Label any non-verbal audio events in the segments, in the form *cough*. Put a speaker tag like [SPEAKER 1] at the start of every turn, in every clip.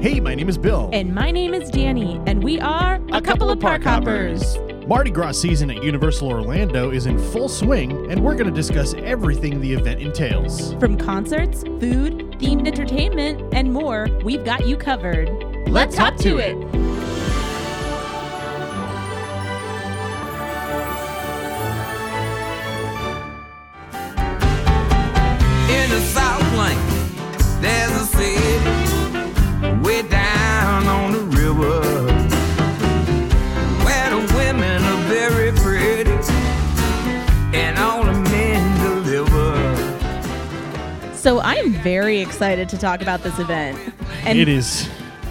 [SPEAKER 1] Hey, my name is Bill.
[SPEAKER 2] And my name is Danny, and we are a, couple, of park hoppers.
[SPEAKER 1] Mardi Gras season at Universal Orlando is in full swing, and we're going to discuss everything the event entails.
[SPEAKER 2] From concerts, food, themed entertainment, and more, we've got you covered.
[SPEAKER 1] Let's hop to it.
[SPEAKER 3] In the South Link, there's a city way down on the river where the women are very pretty and all the men deliver.
[SPEAKER 2] So I'm very excited to talk about this event. And
[SPEAKER 1] It is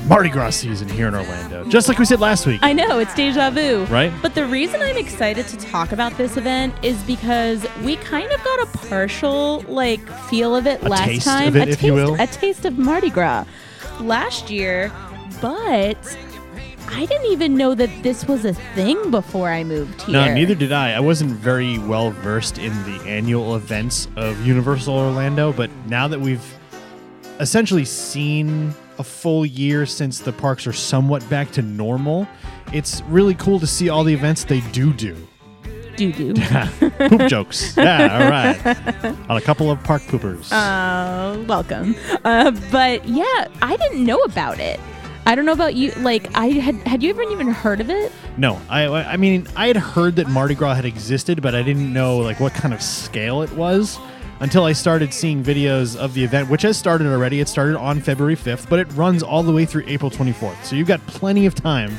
[SPEAKER 1] Mardi Gras season here in Orlando, just like we said last week.
[SPEAKER 2] I know, it's deja vu.
[SPEAKER 1] Right.
[SPEAKER 2] But the reason I'm excited to talk about this event is because we kind of got a partial like feel of it
[SPEAKER 1] A
[SPEAKER 2] last
[SPEAKER 1] taste
[SPEAKER 2] time.
[SPEAKER 1] of it,
[SPEAKER 2] a
[SPEAKER 1] if
[SPEAKER 2] taste
[SPEAKER 1] you will.
[SPEAKER 2] a taste of Mardi Gras last year, but I didn't even know that this was a thing before I moved here.
[SPEAKER 1] No, neither did I. I wasn't very well versed in the annual events of Universal Orlando, but now that we've essentially seen a full year since the parks are somewhat back to normal, it's really cool to see all the events they do do. *laughs*
[SPEAKER 2] Doo doo.
[SPEAKER 1] Poop jokes. Yeah, all
[SPEAKER 2] *laughs*
[SPEAKER 1] right. On a couple of park poopers.
[SPEAKER 2] Uh, welcome. Uh, but yeah, I didn't know about it. I don't know about you. Like, I had had you ever even heard of it?
[SPEAKER 1] no, I I mean I had heard that Mardi Gras had existed, but I didn't know like what kind of scale it was until I started seeing videos of the event, which has started already. It started on February 5th, but it runs all the way through April 24th. So you've got plenty of time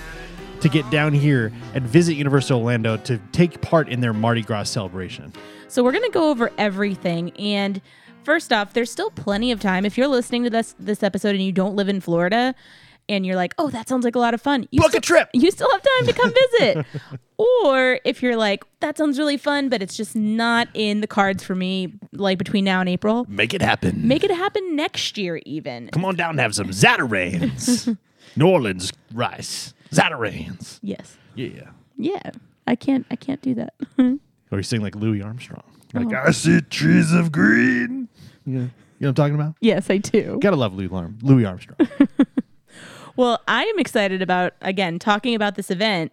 [SPEAKER 1] to get down here and visit Universal Orlando to take part in their Mardi Gras celebration.
[SPEAKER 2] So we're gonna go over everything. And first off, there's still plenty of time. If you're listening to this this episode and you don't live in Florida, and you're like, oh, that sounds like a lot of fun. You
[SPEAKER 1] Book a
[SPEAKER 2] still-
[SPEAKER 1] trip.
[SPEAKER 2] *laughs* You still have time to
[SPEAKER 1] *laughs*
[SPEAKER 2] come visit. or if you're like, that sounds really fun, but it's just not in the cards for me, like between now and April.
[SPEAKER 1] Make it happen.
[SPEAKER 2] Make it happen next year, even.
[SPEAKER 1] Come on down and have some
[SPEAKER 2] *laughs*
[SPEAKER 1] Zatarains. New Orleans rice. Zatarains.
[SPEAKER 2] Yes.
[SPEAKER 1] Yeah.
[SPEAKER 2] Yeah. I can't. I can't do that.
[SPEAKER 1] Or you sing like Louis Armstrong. Like, I see trees of green. Uh-huh. Yeah. You know what I'm talking about?
[SPEAKER 2] yes, I do.
[SPEAKER 1] Gotta love Louis, Arm- Louis Armstrong.
[SPEAKER 2] Well, I am excited about again talking about this event,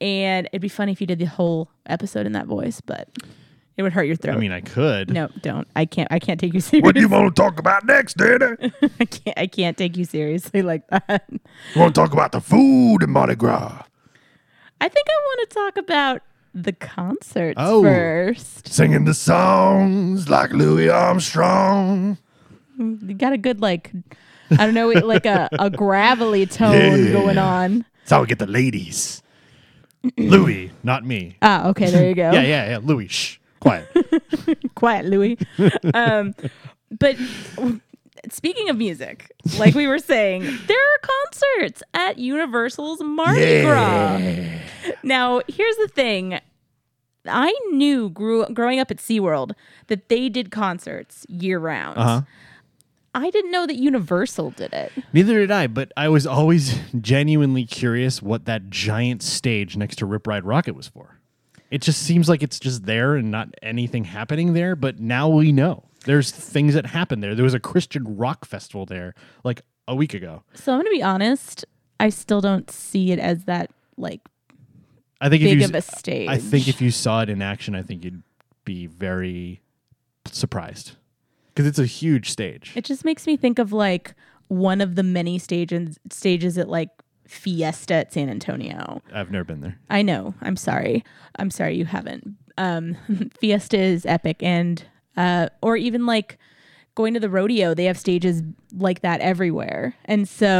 [SPEAKER 2] and it'd be funny if you did the whole episode in that voice, but it would hurt your throat.
[SPEAKER 1] I mean, I could.
[SPEAKER 2] no, don't. I can't. I can't take you *laughs* serious.
[SPEAKER 1] want to talk about next, Daddy?
[SPEAKER 2] I can't. I can't take you seriously like that.
[SPEAKER 1] You want to talk about the food in Mardi Gras?
[SPEAKER 2] I think I want to talk about the concerts
[SPEAKER 1] Oh.
[SPEAKER 2] first.
[SPEAKER 1] Singing the songs like Louis Armstrong.
[SPEAKER 2] You got a good like, I don't know, like a,
[SPEAKER 1] *laughs*
[SPEAKER 2] a gravelly tone
[SPEAKER 1] Yeah.
[SPEAKER 2] going on.
[SPEAKER 1] That's how we get the
[SPEAKER 2] *clears throat*
[SPEAKER 1] ladies. Louis, not me.
[SPEAKER 2] Ah, okay, there you go.
[SPEAKER 1] Yeah, yeah, yeah. Louis, shh. Quiet.
[SPEAKER 2] quiet louis
[SPEAKER 1] *laughs*
[SPEAKER 2] um, but w- speaking of music like we were saying there are concerts at universal's mardi *laughs* gras now here's the thing i knew grew, growing up at seaworld that they did concerts year round
[SPEAKER 1] Uh-huh.
[SPEAKER 2] i didn't know that universal did it
[SPEAKER 1] Neither did I, but I was always *laughs* genuinely curious what that giant stage next to Rip Ride Rocket was for. It just seems like it's just there and not anything happening there, but now we know. There's things that happen there. There was a Christian rock festival there like a week ago.
[SPEAKER 2] so i'm gonna be honest i still don't see it as that like
[SPEAKER 1] I think
[SPEAKER 2] big
[SPEAKER 1] if
[SPEAKER 2] of
[SPEAKER 1] you
[SPEAKER 2] a stage
[SPEAKER 1] I think if you saw it in action, I think you'd be very surprised. Cuz it's a huge stage.
[SPEAKER 2] It just makes me think of like one of the many stages stages at like Fiesta at San Antonio.
[SPEAKER 1] I've never been there.
[SPEAKER 2] I know. I'm sorry. I'm sorry you haven't. Um, *laughs* Fiesta is epic, and uh, or even like going to the rodeo, they have stages like that everywhere, and so.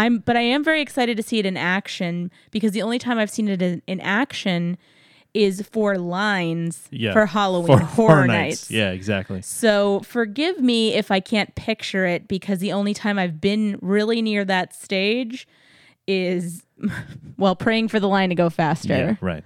[SPEAKER 2] I'm, but I am very excited to see it in action because the only time I've seen it in, in action is for lines
[SPEAKER 1] Yeah.
[SPEAKER 2] for Halloween
[SPEAKER 1] For
[SPEAKER 2] horror, nights.
[SPEAKER 1] Yeah, exactly.
[SPEAKER 2] So forgive me if I can't picture it because the only time I've been really near that stage is, *laughs* well, praying for the line to go faster.
[SPEAKER 1] Yeah, right.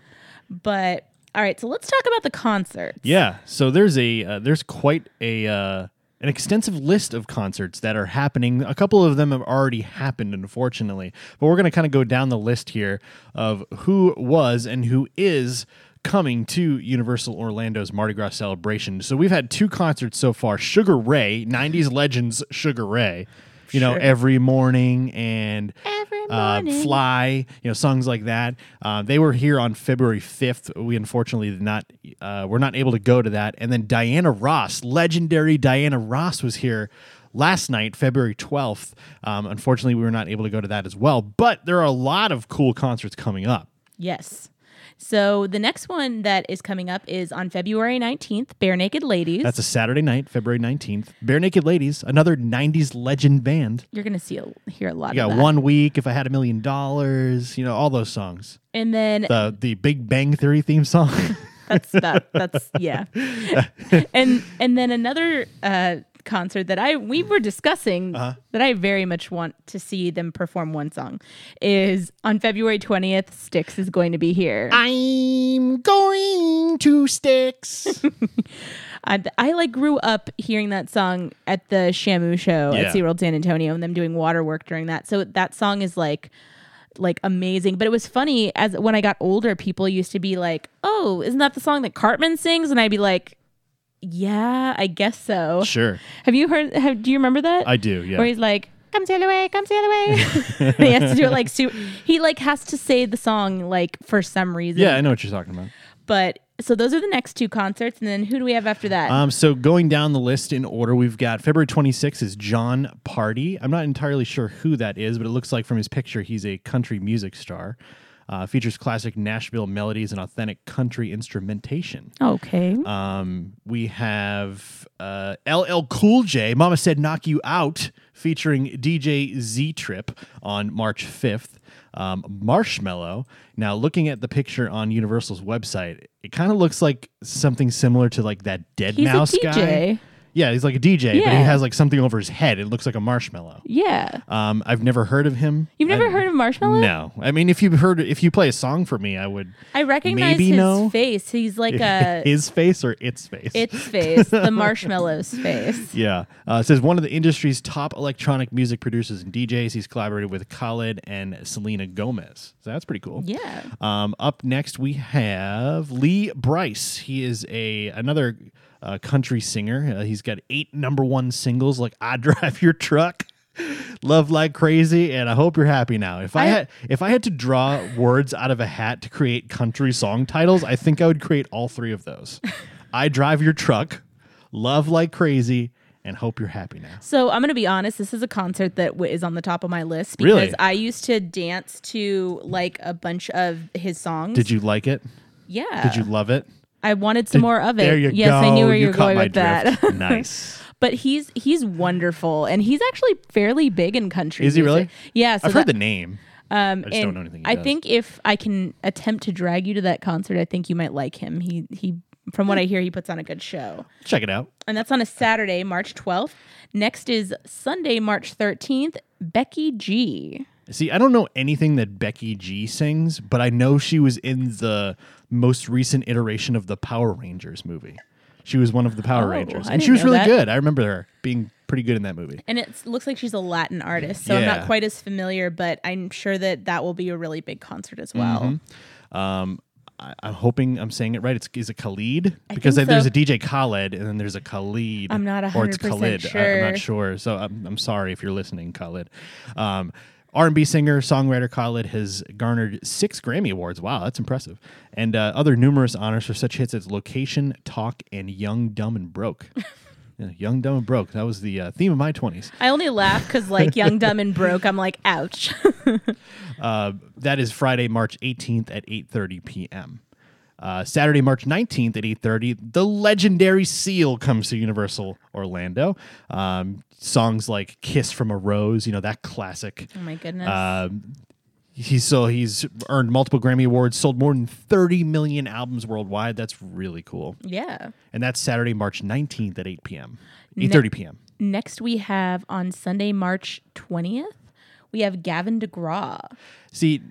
[SPEAKER 2] But all right, so let's talk about the concerts.
[SPEAKER 1] Yeah. So there's a uh, there's quite a uh, an extensive list of concerts that are happening. A couple of them have already happened, unfortunately, but we're gonna kind of go down the list here of who was and who is coming to Universal Orlando's Mardi Gras celebration. So we've had two concerts so far. Sugar Ray, 90s legends Sugar Ray. you know,
[SPEAKER 2] Sure.
[SPEAKER 1] every morning and
[SPEAKER 2] Every
[SPEAKER 1] uh,
[SPEAKER 2] morning.
[SPEAKER 1] fly, you know, songs like that. Uh, they were here on February 5th. We unfortunately did not, uh, were not able to go to that. And then Diana Ross, legendary Diana Ross, was here last night, February 12th. Um, unfortunately, we were not able to go to that as well. But there are a lot of cool concerts coming up.
[SPEAKER 2] Yes. So the next one that is coming up is on February 19th, Bare Naked Ladies.
[SPEAKER 1] That's a Saturday night, February 19th. Bare Naked Ladies, another 90s legend band.
[SPEAKER 2] You're going to see a, hear a lot
[SPEAKER 1] You
[SPEAKER 2] of
[SPEAKER 1] got
[SPEAKER 2] that.
[SPEAKER 1] One Week, If I Had a Million Dollars, you know, all those songs.
[SPEAKER 2] And then
[SPEAKER 1] The, the Big Bang Theory theme song. *laughs*
[SPEAKER 2] that's that that's yeah. and and then another uh concert that I we were discussing that I very much want to see them perform one song is on February 20th Styx is going to be here.
[SPEAKER 1] I'm going to sticks.
[SPEAKER 2] I, I like grew up hearing that song at the Shamu show
[SPEAKER 1] Yeah.
[SPEAKER 2] at SeaWorld San Antonio and them doing waterwork during that. So that song is like like amazing. But it was funny as when I got older, people used to be like, "Oh, isn't that the song that Cartman sings?" And I'd be like, "Yeah, I guess so."
[SPEAKER 1] *laughs* sure,
[SPEAKER 2] Have you heard? Have, do you remember that?
[SPEAKER 1] I do. Yeah,
[SPEAKER 2] Where he's like, "Come sail away, come sail away." *laughs* he has to do it like su- he like has to say the song like for some reason.
[SPEAKER 1] yeah, I know what you're talking about.
[SPEAKER 2] But so those are the next two concerts, and then who do we have after that?
[SPEAKER 1] Um, so going down the list in order, we've got February 26th is John Party. I'm not entirely sure who that is, but it looks like from his picture he's a country music star. Uh, features classic Nashville melodies and authentic country instrumentation.
[SPEAKER 2] okay.
[SPEAKER 1] Um, we have uh, LL Cool J, Mama Said Knock You Out, featuring DJ Z Trip on March 5th. Um, Marshmallow. Now, looking at the picture on Universal's website, it kind of looks like something similar to like that Dead
[SPEAKER 2] He's a
[SPEAKER 1] Mouse guy.
[SPEAKER 2] DJ.
[SPEAKER 1] Yeah, he's like a DJ, but he
[SPEAKER 2] Yeah.
[SPEAKER 1] has like something over his head. It looks like a marshmallow.
[SPEAKER 2] Yeah.
[SPEAKER 1] Um, I've never heard of him.
[SPEAKER 2] You've never
[SPEAKER 1] I-
[SPEAKER 2] heard of Marshmallow?
[SPEAKER 1] No, I mean if you heard if you play a song for me, I would.
[SPEAKER 2] I recognize
[SPEAKER 1] Maybe
[SPEAKER 2] his
[SPEAKER 1] no.
[SPEAKER 2] face. He's like a
[SPEAKER 1] *laughs* his face or its face.
[SPEAKER 2] its
[SPEAKER 1] *laughs*
[SPEAKER 2] face, the marshmallow's face.
[SPEAKER 1] Yeah. Uh, it says one of the industry's top electronic music producers and DJs. He's collaborated with Khaled and Selena Gomez. So that's pretty cool.
[SPEAKER 2] Yeah.
[SPEAKER 1] Um, up next, we have Lee Bryce. He is a another uh, country singer. Uh, he's got eight number one singles like "I Drive Your Truck," "Love Like Crazy," and "I Hope You're Happy Now." If I,
[SPEAKER 2] I-
[SPEAKER 1] had if I had to draw words out of a hat to create country song titles, I think I would create all three of
[SPEAKER 2] *laughs*
[SPEAKER 1] those: "I Drive Your Truck," "Love Like Crazy," and "Hope You're Happy Now."
[SPEAKER 2] So I'm gonna be honest. This is a concert that w- is on the top of my list because
[SPEAKER 1] Really?
[SPEAKER 2] I used to dance to like a bunch of his songs.
[SPEAKER 1] Did you like it?
[SPEAKER 2] Yeah.
[SPEAKER 1] Did you love it?
[SPEAKER 2] I wanted some more of it.
[SPEAKER 1] There you
[SPEAKER 2] Uh, yes,
[SPEAKER 1] go.
[SPEAKER 2] I knew where you, were
[SPEAKER 1] caught
[SPEAKER 2] going
[SPEAKER 1] my
[SPEAKER 2] with that. *laughs*
[SPEAKER 1] drift. nice.
[SPEAKER 2] but he's he's wonderful, and he's actually fairly big in country.
[SPEAKER 1] Is he
[SPEAKER 2] music.
[SPEAKER 1] really?
[SPEAKER 2] Yeah. So
[SPEAKER 1] I've
[SPEAKER 2] that-
[SPEAKER 1] heard the name.
[SPEAKER 2] Um,
[SPEAKER 1] I just don't
[SPEAKER 2] and
[SPEAKER 1] know anything he
[SPEAKER 2] I
[SPEAKER 1] does.
[SPEAKER 2] think if I can attempt to drag you to that concert, I think you might like him. He he, from what I hear, he puts on a good show,
[SPEAKER 1] Check it out.
[SPEAKER 2] and that's on a Saturday, March twelfth. Next is Sunday, March thirteenth. Becky G.
[SPEAKER 1] See, I don't know anything that Becky G sings, but I know she was in the most recent iteration of the Power Rangers movie. She was one of the Power
[SPEAKER 2] Oh,
[SPEAKER 1] Rangers,
[SPEAKER 2] I
[SPEAKER 1] and she
[SPEAKER 2] didn't
[SPEAKER 1] was
[SPEAKER 2] know
[SPEAKER 1] really
[SPEAKER 2] that.
[SPEAKER 1] good. I remember her being pretty good in that movie.
[SPEAKER 2] And it looks like she's a Latin artist, so I'm
[SPEAKER 1] Yeah.
[SPEAKER 2] not quite as familiar, but I'm sure that that will be a really big concert as well.
[SPEAKER 1] Mm-hmm. Um, I, I'm hoping I'm saying it right. It's is it Khalid because
[SPEAKER 2] think
[SPEAKER 1] there's
[SPEAKER 2] so.
[SPEAKER 1] a DJ Khaled and then there's a Khalid.
[SPEAKER 2] I'm not
[SPEAKER 1] or it's
[SPEAKER 2] 100%
[SPEAKER 1] Khalid. I, am
[SPEAKER 2] sure.
[SPEAKER 1] not sure. So I'm, I'm sorry if you're listening, Khalid. Um, R&B singer, songwriter Khalid has garnered six Grammy awards. Wow, that's impressive, and uh, other numerous honors for such hits as "Location," "Talk," and "Young, Dumb, and
[SPEAKER 2] *laughs*
[SPEAKER 1] Broke." Yeah, Young, dumb, and broke. That was the uh, theme of my 20s.
[SPEAKER 2] I only laugh because, like, young, dumb, and broke. I'm like, *laughs* ouch.
[SPEAKER 1] Uh, that is Friday, March 18th at 8:30 p.m. Uh, Saturday, March 19th at 8:30, the legendary Seal comes to Universal Orlando. Um, songs like "Kiss from a Rose," you know that classic.
[SPEAKER 2] oh my goodness.
[SPEAKER 1] Um, he's so he's earned multiple Grammy awards, sold more than 30 million albums worldwide. That's really cool.
[SPEAKER 2] yeah.
[SPEAKER 1] And that's Saturday, March 19th at 8 p.m. 8:30 p.m.
[SPEAKER 2] Next, we have on Sunday, March 20th, we have Gavin DeGraw.
[SPEAKER 1] See,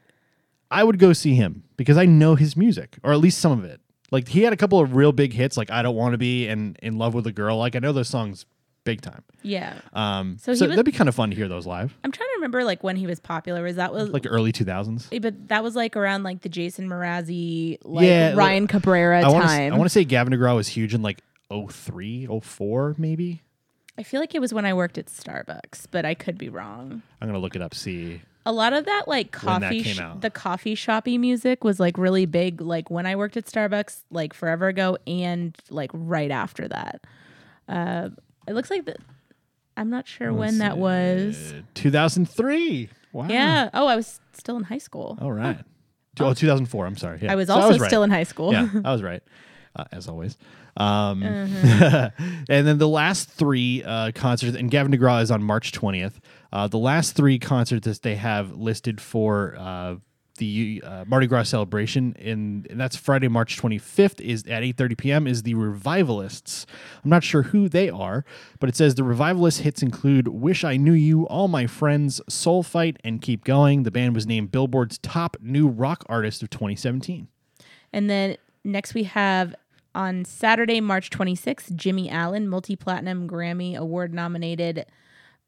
[SPEAKER 1] I would go see him because I know his music, or at least some of it. Like he had a couple of real big hits, like "I Don't Want to Be" and "In Love with a Girl." Like I know those songs big time.
[SPEAKER 2] Yeah.
[SPEAKER 1] Um, so
[SPEAKER 2] So he was-
[SPEAKER 1] that'd be kind of fun to hear those live,
[SPEAKER 2] I'm trying to remember like when he was popular. Was that was like,
[SPEAKER 1] like early two thousands.
[SPEAKER 2] but that was like around like the Jason Mrazzi, like
[SPEAKER 1] Yeah, like-
[SPEAKER 2] Ryan Cabrera
[SPEAKER 1] I want to.
[SPEAKER 2] time.
[SPEAKER 1] oh I want to say Gavin DeGraw was huge in like 03, 04 maybe.
[SPEAKER 2] I feel like it was when I worked at Starbucks, but I could be wrong.
[SPEAKER 1] I'm gonna look it up. See,
[SPEAKER 2] A lot of that like
[SPEAKER 1] When that
[SPEAKER 2] coffee,
[SPEAKER 1] came
[SPEAKER 2] sh-
[SPEAKER 1] out.
[SPEAKER 2] the coffee shoppy music was like really big. Like when I worked at Starbucks, like forever ago, and like right after that. Uh, it looks like the, I'm not sure when that
[SPEAKER 1] uh,
[SPEAKER 2] was.
[SPEAKER 1] 2003. Wow.
[SPEAKER 2] Yeah. Oh, I was still in high school.
[SPEAKER 1] All right. Oh, 2004. I'm sorry. Yeah.
[SPEAKER 2] I was
[SPEAKER 1] So
[SPEAKER 2] also
[SPEAKER 1] right.
[SPEAKER 2] still in high school.
[SPEAKER 1] yeah, I was right, uh, as always. Um, *laughs* and then the last three uh, concerts, and Gavin DeGraw is on March 20th. Uh, the last three concerts that they have listed for uh, the uh, Mardi Gras celebration, in, and that's Friday, March 25th, is at 8:30 p.m. is the Revivalists. I'm not sure who they are, but it says the Revivalist hits include "Wish I Knew You," "All My Friends," "Soul Fight," and "Keep Going." The band was named Billboard's top new rock artist of 2017.
[SPEAKER 2] *laughs* And then next we have on Saturday, March 26th, Jimmy Allen, multi platinum Grammy award nominated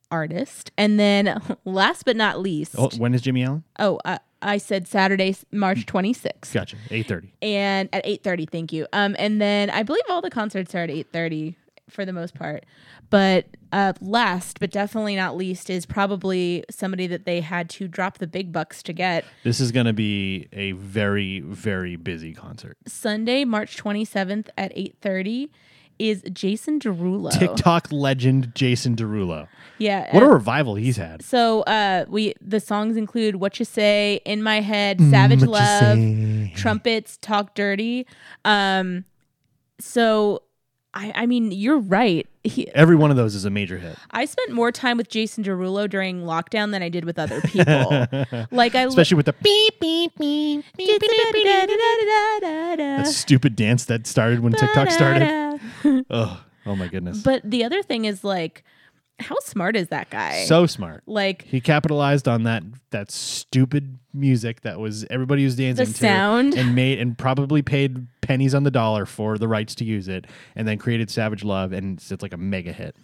[SPEAKER 2] artist. And then *laughs* last but not least,
[SPEAKER 1] Oh,
[SPEAKER 2] oh,
[SPEAKER 1] when is Jimmy Allen?
[SPEAKER 2] I, Oh, uh, I said Saturday, s- March
[SPEAKER 1] Mm.
[SPEAKER 2] 26th.
[SPEAKER 1] Gotcha. Eight thirty.
[SPEAKER 2] And at 8:30, thank you. Um and then I believe all the concerts are at 8:30 for the most part. But uh last but definitely not least is probably somebody that they had to drop the big bucks to get
[SPEAKER 1] This is going to be a very very busy concert.
[SPEAKER 2] Sunday, March 27th at 8:30 is Jason Derulo.
[SPEAKER 1] TikTok legend Jason Derulo.
[SPEAKER 2] Yeah.
[SPEAKER 1] What a
[SPEAKER 2] uh,
[SPEAKER 1] revival he's had.
[SPEAKER 2] so uh we the songs include What You Say, In My Head, Savage
[SPEAKER 1] Mm, What you
[SPEAKER 2] Love,
[SPEAKER 1] say?
[SPEAKER 2] Trumpets, Talk Dirty. Um so I I mean, you're right. He,
[SPEAKER 1] Every one of those is a major hit,
[SPEAKER 2] I spent more time with Jason Derulo during lockdown than I did with other
[SPEAKER 1] *laughs*
[SPEAKER 2] people. like I
[SPEAKER 1] especially with the beep beep beep. beep, beep, beep, beep. That stupid dance that started when TikTok started. Oh, oh my goodness.
[SPEAKER 2] But the other thing is like how smart is that guy?
[SPEAKER 1] So smart.
[SPEAKER 2] like
[SPEAKER 1] He capitalized on that that stupid music that was everybody was dancing to
[SPEAKER 2] sound.
[SPEAKER 1] and made and probably paid pennies on the dollar for the rights to use it and then created Savage Love and it's, it's like a mega hit.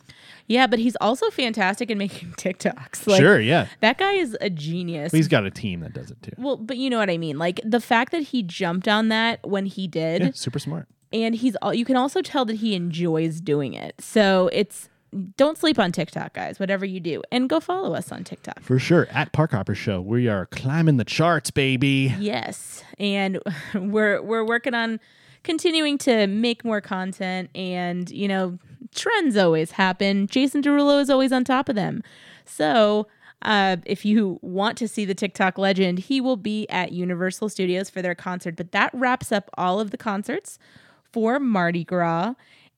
[SPEAKER 2] Yeah, but he's also fantastic in making *laughs* TikToks. Like,
[SPEAKER 1] sure, yeah.
[SPEAKER 2] That guy is a genius.
[SPEAKER 1] But he's got a team that does it too.
[SPEAKER 2] well, but you know what I mean. Like the fact that he jumped on that when he did,
[SPEAKER 1] Yeah, super smart.
[SPEAKER 2] and he's all you can also tell that he enjoys doing it. So it's don't sleep on TikTok, guys. Whatever you do, and go follow us on TikTok.
[SPEAKER 1] For sure. At Park Hopper Show, we are climbing the charts, baby.
[SPEAKER 2] Yes, and *laughs* we're we're working on continuing to make more content, and you know trends always happen. Jason Derulo is always on top of them, so. Uh, if you want to see the TikTok legend, he will be at Universal Studios for their concert. But that wraps up all of the concerts for Mardi Gras.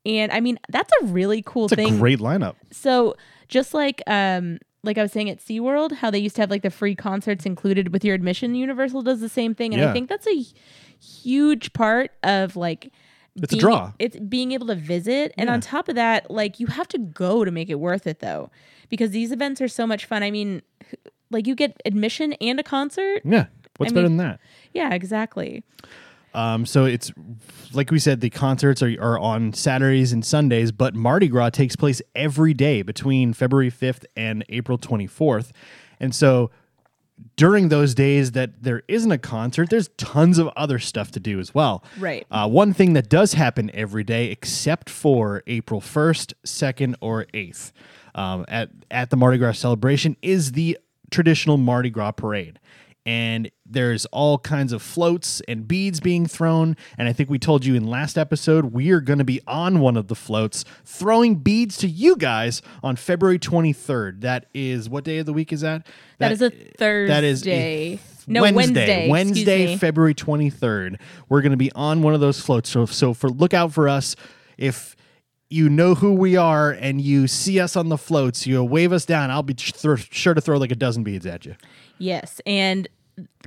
[SPEAKER 2] And I mean, that's a really cool
[SPEAKER 1] It's a
[SPEAKER 2] thing.
[SPEAKER 1] great lineup.
[SPEAKER 2] So just like um like I was saying at SeaWorld, how they used to have like the free concerts included with your admission, Universal does the same thing. And I
[SPEAKER 1] Yeah.
[SPEAKER 2] think that's a hu- huge part of like
[SPEAKER 1] It's a draw.
[SPEAKER 2] It's being able to visit. And on top of that, like you have to go to make it worth it though. Because these events are so much fun. I mean, like you get admission and a concert.
[SPEAKER 1] Yeah. What's
[SPEAKER 2] I
[SPEAKER 1] better
[SPEAKER 2] mean-
[SPEAKER 1] than that?
[SPEAKER 2] Yeah, exactly.
[SPEAKER 1] Um, so it's like we said, the concerts are, are on Saturdays and Sundays, but Mardi Gras takes place every day between February 5th and April 24th. And so during those days that there isn't a concert, there's tons of other stuff to do as well.
[SPEAKER 2] Right.
[SPEAKER 1] Uh, one thing that does happen every day, except for April 1st, 2nd, or 8th, um, at, at the Mardi Gras celebration, is the traditional Mardi Gras parade. And there's all kinds of floats and beads being thrown. And I think we told you in last episode, we are going to be on one of the floats throwing beads to you guys on February 23rd. That is what day of the week is that?
[SPEAKER 2] that is a Thursday.
[SPEAKER 1] That is a
[SPEAKER 2] no, Wednesday.
[SPEAKER 1] Wednesday,
[SPEAKER 2] excuse me.
[SPEAKER 1] February 23rd. We're going to be on one of those floats. So, so for look out for us. If you know who we are and you see us on the floats, you'll wave us down. I'll be thr sure to throw like a dozen beads at you.
[SPEAKER 2] Yes. And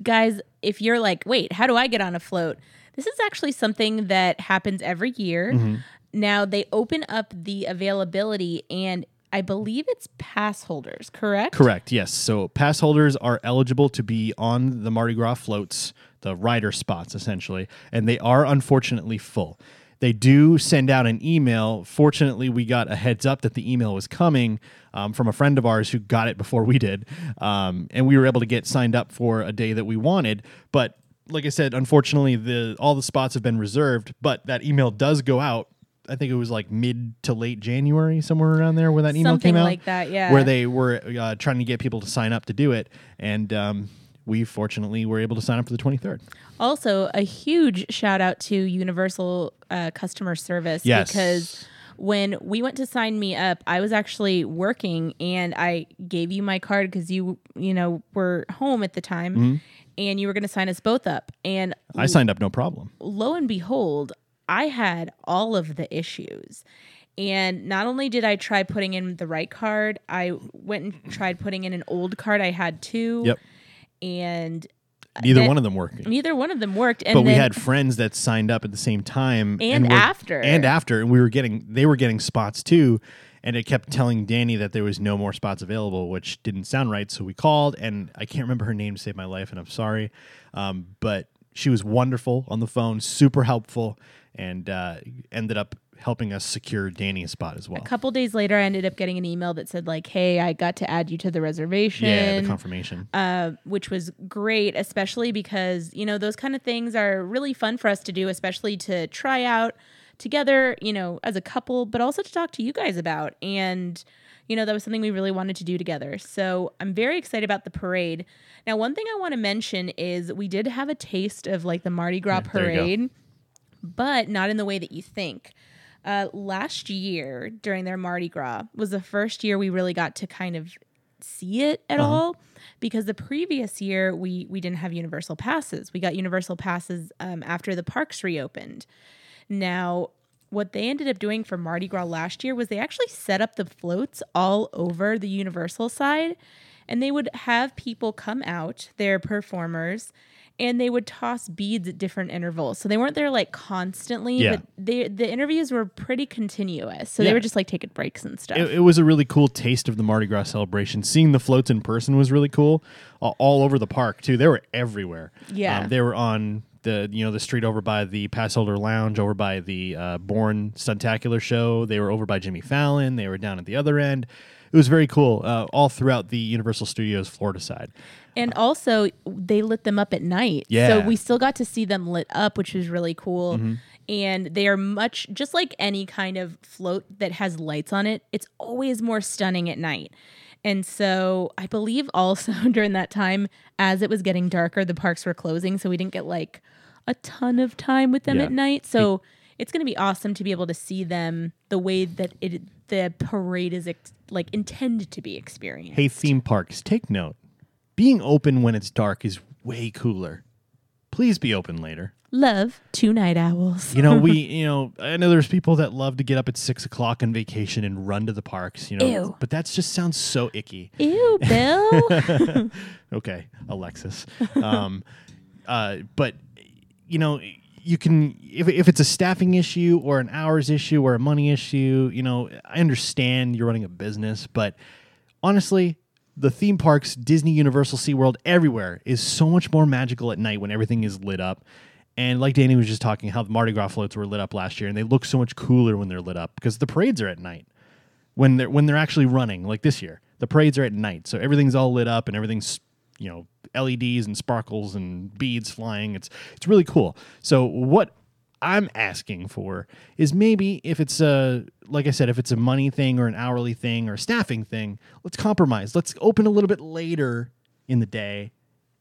[SPEAKER 2] guys, if you're like, wait, how do I get on a float? This is actually something that happens every year. Now they open up the availability and I believe it's pass holders, correct?
[SPEAKER 1] Correct. Yes. So pass holders are eligible to be on the Mardi Gras floats, the rider spots essentially, and they are unfortunately full. They do send out an email. Fortunately, we got a heads up that the email was coming um, from a friend of ours who got it before we did, um, and we were able to get signed up for a day that we wanted. But like I said, unfortunately, the all the spots have been reserved. But that email does go out I think it was like mid to late January, somewhere around there, when that email
[SPEAKER 2] Something
[SPEAKER 1] came out.
[SPEAKER 2] like that, yeah.
[SPEAKER 1] Where they were uh, trying to get people to sign up to do it, and um, we fortunately were able to sign up for the 23rd.
[SPEAKER 2] Also, a huge shout out to Universal uh, Customer Service
[SPEAKER 1] Yes.
[SPEAKER 2] because when we went to sign me up, I was actually working and I gave you my card because you, you know, were home at the time and you were going to sign us both up. And
[SPEAKER 1] I signed up, no problem.
[SPEAKER 2] lo and behold, I had all of the issues. And not only did I try putting in the right card, I went and tried putting in an old card I had too.
[SPEAKER 1] Yep.
[SPEAKER 2] And
[SPEAKER 1] Neither
[SPEAKER 2] then-
[SPEAKER 1] one of them working.
[SPEAKER 2] neither one of them worked. And
[SPEAKER 1] but we
[SPEAKER 2] then-
[SPEAKER 1] had friends that signed up at the same time
[SPEAKER 2] And
[SPEAKER 1] were-
[SPEAKER 2] after.
[SPEAKER 1] and after and we were getting they were getting spots too and it kept telling danny that there was no more spots available which didn't sound right so we called and i can't remember her name to save my life and i'm sorry um, but she was wonderful on the phone super helpful and uh, ended up helping us secure danny's spot as well
[SPEAKER 2] A couple days later, I ended up getting an email that said like, "Hey, I got to add you to the reservation,"
[SPEAKER 1] yeah the confirmation
[SPEAKER 2] uh, which was great, especially because you know those kind of things are really fun for us to do, especially to try out together, you know, as a couple, but also to talk to you guys about. And you know that was something we really wanted to do together. So I'm very excited about the parade. Now, one thing I want to mention is we did have a taste of like the Mardi Gras
[SPEAKER 1] there you go.
[SPEAKER 2] parade but not in the way that you think. Uh, last year during their Mardi Gras was the first year we really got to kind of see it at all because the previous year we we didn't have universal passes. We got universal passes um, after the parks reopened. Now, what they ended up doing for Mardi Gras last year was they actually set up the floats all over the Universal side and they would have people come out, their performers, and they would toss beads at different intervals. So they weren't there like constantly,
[SPEAKER 1] Yeah.
[SPEAKER 2] but they, the interviews were pretty continuous. So
[SPEAKER 1] Yeah.
[SPEAKER 2] they were just like taking breaks and stuff.
[SPEAKER 1] it, it was a really cool taste of the Mardi Gras celebration. Seeing the floats in person was really cool, all, all over the park too. They were everywhere. Um,
[SPEAKER 2] Yeah.
[SPEAKER 1] they were on the you know the street over by the Passholder Lounge, over by the uh, Born Suntacular show. They were over by Jimmy Fallon. They were down at the other end. It was very cool, uh, all throughout the Universal Studios Florida side.
[SPEAKER 2] And also, they lit them up at night.
[SPEAKER 1] Yeah. Mm-hmm.
[SPEAKER 2] So we still got to see them lit up, which was really cool. And they are much, just like any kind of float that has lights on it, it's always more stunning at night. And so I believe also *laughs* during that time, as it was getting darker, the parks were closing. So we didn't get like a ton of time with them
[SPEAKER 1] Yeah.
[SPEAKER 2] at night. So it's going to be awesome to be able to see them the way that it the parade is ex- like intended to be experienced.
[SPEAKER 1] Hey, theme parks, take note: being open when it's dark is way cooler. Please be open later.
[SPEAKER 2] Love two night
[SPEAKER 1] *laughs*
[SPEAKER 2] owls.
[SPEAKER 1] You know, we, you know, I know there's people that love to get up at six o'clock on vacation and run to the parks, you know,
[SPEAKER 2] Ew.
[SPEAKER 1] but that just sounds so icky.
[SPEAKER 2] *laughs* Ew, Bill.
[SPEAKER 1] Okay, Alexis. Um, *laughs* uh, but, you know, you can, if, if it's a staffing issue or an hours issue or a money issue, you know, I understand you're running a business, but honestly, the theme parks, Disney, Universal, SeaWorld, everywhere is so much more magical at night when everything is lit up. And like Danny was just talking, how the Mardi Gras floats were lit up last year, and they look so much cooler when they're lit up because the parades are at night when they're when they're actually running. Like this year, the parades are at night, so everything's all lit up and everything's you know LEDs and sparkles and beads flying. It's it's really cool. So what I'm asking for is maybe if it's a like I said, if it's a money thing or an hourly thing or a staffing thing, let's compromise. Let's open a little bit later in the day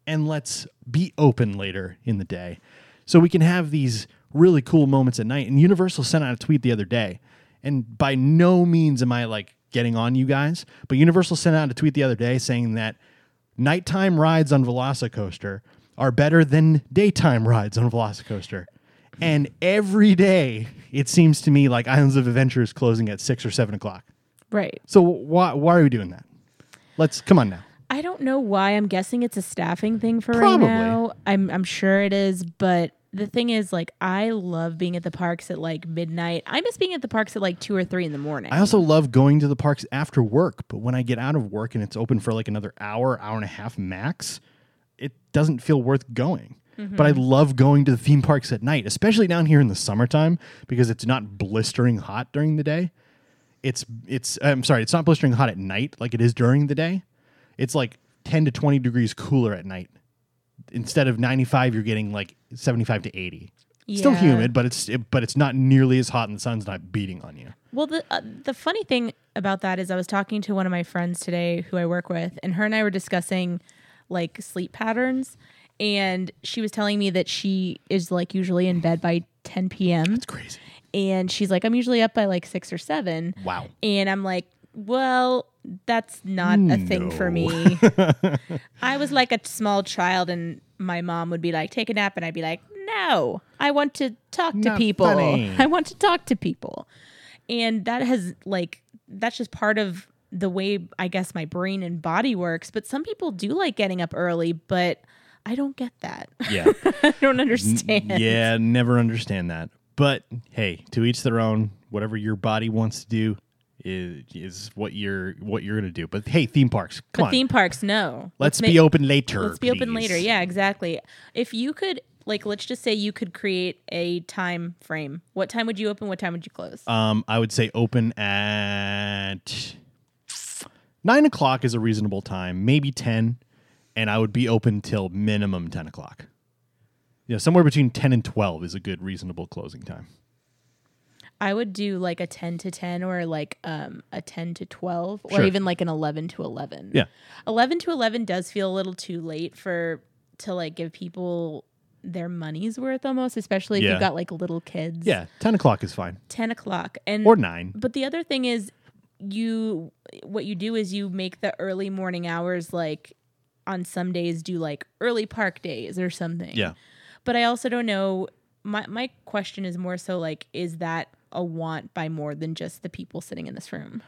[SPEAKER 1] and let's be open later in the day so we can have these really cool moments at night and universal sent out a tweet the other day and by no means am i like getting on you guys but universal sent out a tweet the other day saying that nighttime rides on velocicoaster are better than daytime rides on velocicoaster and every day it seems to me like islands of adventure is closing at six or seven o'clock
[SPEAKER 2] right.
[SPEAKER 1] so why, why are we doing that let's come on now
[SPEAKER 2] I don't know why. I'm guessing it's a staffing thing for
[SPEAKER 1] Probably.
[SPEAKER 2] right now. I'm I'm sure it is, but the thing is, like, I love being at the parks at like midnight. I miss being at the parks at like two or three in the morning.
[SPEAKER 1] I also love going to the parks after work, but when I get out of work and it's open for like another hour, hour and a half max, it doesn't feel worth going. But I love going to the theme parks at night, especially down here in the summertime because it's not blistering hot during the day. It's it's I'm sorry, it's not blistering hot at night like it is during the day. It's like 10 to 20 degrees cooler at night. Instead of 95, you're getting like 75 to 80. Still
[SPEAKER 2] Yeah.
[SPEAKER 1] humid, but it's it, but it's not nearly as hot, and the sun's not beating on you.
[SPEAKER 2] Well, the uh, the funny thing about that is, I was talking to one of my friends today who I work with, and her and I were discussing like sleep patterns, and she was telling me that she is like usually in bed by 10 p.m.
[SPEAKER 1] It's crazy.
[SPEAKER 2] and she's like, I'm usually up by like six or seven.
[SPEAKER 1] Wow.
[SPEAKER 2] And I'm like, well, that's not a thing for me. *laughs* I was like a small child, and my mom would be like, take a nap. And I'd be like, no, I want to talk to
[SPEAKER 1] Not
[SPEAKER 2] people.
[SPEAKER 1] funny.
[SPEAKER 2] *laughs* I want to talk to people. And that has, like, that's just part of the way I guess my brain and body works. But some people do like getting up early, but I don't get that.
[SPEAKER 1] Yeah.
[SPEAKER 2] *laughs* I don't understand.
[SPEAKER 1] Yeah, never understand that. But hey, to each their own. Whatever your body wants to do is, is what you're what you're gonna do. But hey, theme parks, come
[SPEAKER 2] But
[SPEAKER 1] on.
[SPEAKER 2] theme parks, no.
[SPEAKER 1] let's
[SPEAKER 2] make-
[SPEAKER 1] be open later.
[SPEAKER 2] Let's be open
[SPEAKER 1] please.
[SPEAKER 2] later. Yeah, exactly. If you could, like, let's just say you could create a time frame. What time would you open? What time would you close?
[SPEAKER 1] Um, I would say open at nine o'clock is a reasonable time, maybe ten, and I would be open till minimum ten o'clock. Yeah, somewhere between ten and twelve is a good reasonable closing time.
[SPEAKER 2] I would do like a ten to ten, or like um a ten to twelve, or
[SPEAKER 1] Sure.
[SPEAKER 2] even like an eleven to eleven.
[SPEAKER 1] Yeah.
[SPEAKER 2] eleven to eleven does feel a little too late for to like give people their money's worth almost, especially if
[SPEAKER 1] Yeah.
[SPEAKER 2] you've got like little kids.
[SPEAKER 1] Yeah, ten o'clock is fine.
[SPEAKER 2] ten o'clock and
[SPEAKER 1] Or nine.
[SPEAKER 2] But the other thing is you what you do is you make the early morning hours like on some days do like early park days or something.
[SPEAKER 1] Yeah.
[SPEAKER 2] But I also don't know my my question is more so like is that a want by more than just the people sitting in this room?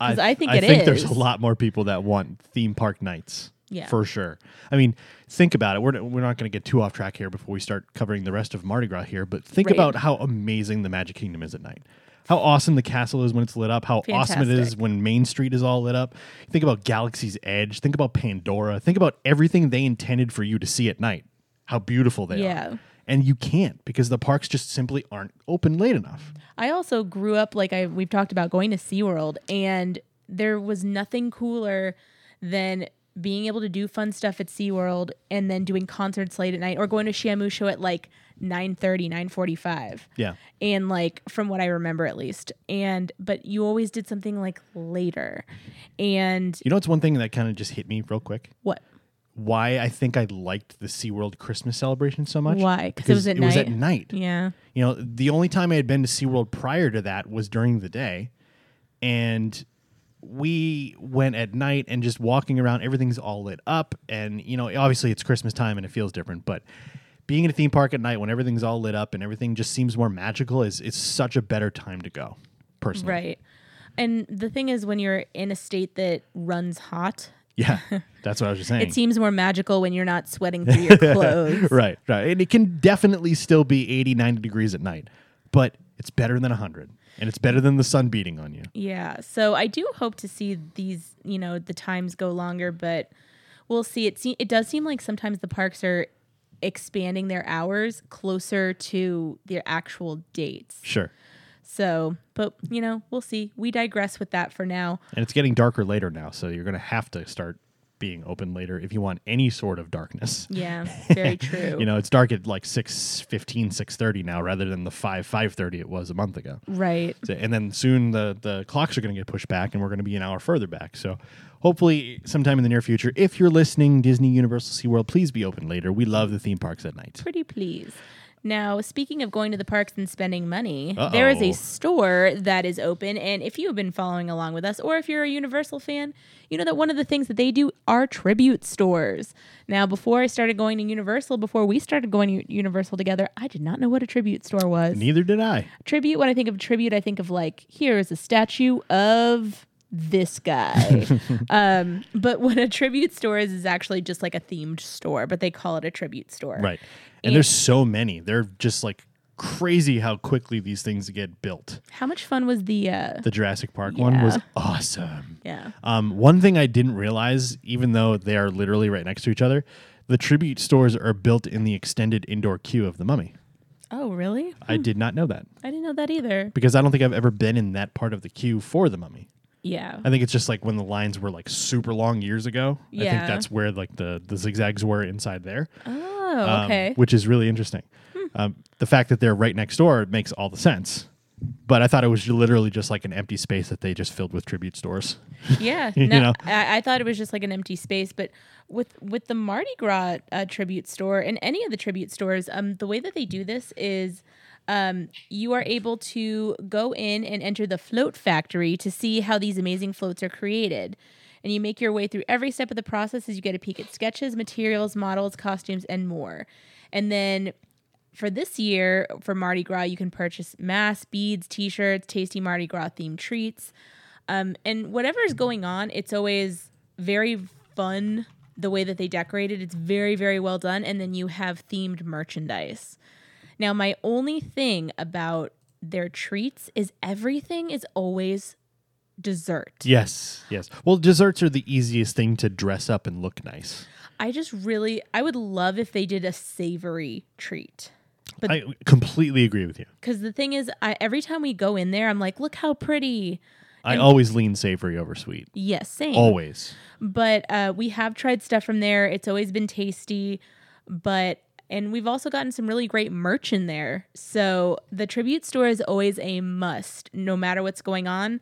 [SPEAKER 2] 'Cause I think
[SPEAKER 1] I
[SPEAKER 2] it
[SPEAKER 1] think there's
[SPEAKER 2] is.
[SPEAKER 1] a lot more people that want theme park nights.
[SPEAKER 2] Yeah.
[SPEAKER 1] For sure. I mean, think about it. We're, we're not going to get too off track here before we start covering the rest of Mardi Gras here, but think
[SPEAKER 2] Right.
[SPEAKER 1] about how amazing the Magic Kingdom is at night. How awesome the castle is when it's lit up. How awesome it is
[SPEAKER 2] Fantastic.
[SPEAKER 1] when Main Street is all lit up. Think about Galaxy's Edge. Think about Pandora. Think about everything they intended for you to see at night. How beautiful they are.
[SPEAKER 2] Yeah.
[SPEAKER 1] And you can't because the parks just simply aren't open late enough.
[SPEAKER 2] I also grew up like I we've talked about going to SeaWorld and there was nothing cooler than being able to do fun stuff at SeaWorld and then doing concerts late at night or going to Shamu show at like 9:30, 9:45.
[SPEAKER 1] Yeah.
[SPEAKER 2] And like from what I remember at least. And but you always did something like later. And
[SPEAKER 1] You know, it's one thing that kind of just hit me real quick.
[SPEAKER 2] what?
[SPEAKER 1] why I think I liked the SeaWorld Christmas celebration so much.
[SPEAKER 2] Why? 'Cause it was at night? Yeah.
[SPEAKER 1] You know, the only time I had been to SeaWorld prior to that was during the day. And we went at night and just walking around, everything's all lit up. And, you know, obviously it's Christmas time and it feels different, but being in a theme park at night when everything's all lit up and everything just seems more magical is it's such a better time to go, personally.
[SPEAKER 2] Right. And the thing is when you're in a state that runs hot, *laughs*
[SPEAKER 1] Yeah. That's what I was just saying.
[SPEAKER 2] It seems more magical when you're not sweating through your clothes.
[SPEAKER 1] *laughs* Right, right. And it can definitely still be 80, 90 degrees at night, but it's better than 100. And it's better than the sun beating on you.
[SPEAKER 2] Yeah. So I do hope to see these, you know, the times go longer, but we'll see. It se- it does seem like sometimes the parks are expanding their hours closer to their actual dates.
[SPEAKER 1] Sure.
[SPEAKER 2] So, but you know, we'll see. We digress with that for now.
[SPEAKER 1] And it's getting darker later now, so you're going to have to start being open later if you want any sort of darkness.
[SPEAKER 2] Yeah, very true.
[SPEAKER 1] *laughs* You know, it's dark at like 6:15, 6:30 now rather than the 5 5:30 it was a month ago.
[SPEAKER 2] right.
[SPEAKER 1] So- and then soon the the clocks are going to get pushed back and we're going to be an hour further back so hopefully sometime in the near future if you're listening disney universal seaworld please be open later we love the theme parks at night
[SPEAKER 2] pretty please. Now, speaking of going to the parks and spending money, there is
[SPEAKER 1] Uh-oh.
[SPEAKER 2] a store that is open. And if you have been following along with us, or if you're a Universal fan, you know that one of the things that they do are tribute stores. Now, before I started going to Universal, before we started going to Universal together, I did not know what a tribute store was.
[SPEAKER 1] neither did i
[SPEAKER 2] Tribute, when I think of tribute, I think of like, here is a statue of
[SPEAKER 1] *laughs*
[SPEAKER 2] this guy. um, but what a tribute store is, is actually just like a themed store, but they call it a tribute store.
[SPEAKER 1] Right. And, there's so many. They're just like crazy how quickly these things get built.
[SPEAKER 2] How much fun was the uh
[SPEAKER 1] The Jurassic Park one was
[SPEAKER 2] Yeah.
[SPEAKER 1] awesome.
[SPEAKER 2] yeah.
[SPEAKER 1] Um, one thing I didn't realize, even though they are literally right next to each other, the tribute stores are built in the extended indoor queue of the mummy.
[SPEAKER 2] Oh, really?
[SPEAKER 1] I did not know that
[SPEAKER 2] I didn't know that either.
[SPEAKER 1] because I don't think I've ever been in that part of the queue for the mummy.
[SPEAKER 2] Yeah.
[SPEAKER 1] I think it's just like when the lines were like super long years ago. I think
[SPEAKER 2] Yeah.
[SPEAKER 1] that's where like the, the zigzags were inside there.
[SPEAKER 2] Oh,
[SPEAKER 1] um,
[SPEAKER 2] okay. Hmm.
[SPEAKER 1] which is really interesting. Um, the fact that they're right next door makes all the sense. But I thought it was literally just like an empty space that they just filled with tribute stores.
[SPEAKER 2] Yeah,
[SPEAKER 1] *laughs*
[SPEAKER 2] no,
[SPEAKER 1] You know?
[SPEAKER 2] I, I thought it was just like an empty space, but with with the Mardi Gras uh, tribute store and any of the tribute stores, um, the way that they do this is. Um, you are able to go in and enter the float factory to see how these amazing floats are created. And you make your way through every step of the process as you get a peek at sketches, materials, models, costumes, and more. And then for this year, for Mardi Gras, you can purchase masks, beads, t shirts, tasty Mardi Gras themed treats. Um, and whatever's going on, it's always very fun the way that they decorate it. It's very, very well done. And then you have themed merchandise. Now, my only thing about their treats is everything is always dessert.
[SPEAKER 1] Yes, yes. Well, desserts are the easiest thing to dress up and look nice.
[SPEAKER 2] I just really, I would love if they did a savory treat. But-
[SPEAKER 1] I completely agree with you.
[SPEAKER 2] Because the thing is, I, every time we go in there, I'm like, look how pretty.
[SPEAKER 1] I always lean savory over sweet.
[SPEAKER 2] Yes, same.
[SPEAKER 1] Oh, Always.
[SPEAKER 2] but uh, we have tried stuff from there. It's always been tasty, but and we've also gotten some really great merch in there. So the tribute store is always a must, no matter what's going on.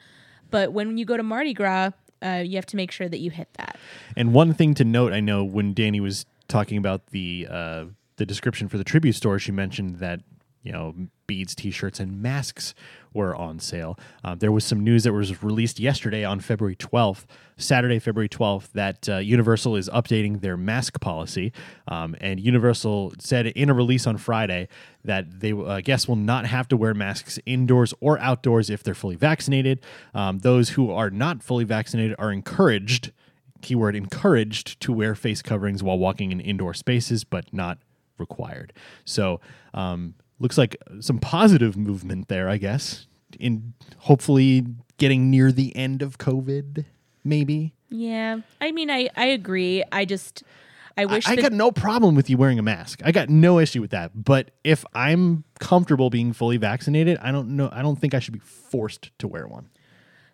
[SPEAKER 2] But when you go to Mardi Gras, uh, you have to make sure that you hit that.
[SPEAKER 1] And one thing to note, I know when Danny was talking about the uh, the description for the tribute store, she mentioned that you know beads, T-shirts, and masks were on sale. Uh, there was some news that was released yesterday on February 12th, Saturday, February 12th, that uh, Universal is updating their mask policy. Um, and Universal said in a release on Friday that they uh, guests will not have to wear masks indoors or outdoors if they're fully vaccinated. Um, those who are not fully vaccinated are encouraged keyword encouraged to wear face coverings while walking in indoor spaces, but not required. So, um, looks like some positive movement there, I guess. In hopefully getting near the end of COVID, maybe.
[SPEAKER 2] Yeah, I mean, I I agree. I just I
[SPEAKER 1] I,
[SPEAKER 2] wish
[SPEAKER 1] I
[SPEAKER 2] that
[SPEAKER 1] got no problem with you wearing a mask. I got no issue with that. But if I'm comfortable being fully vaccinated, I don't know. I don't think I should be forced to wear one.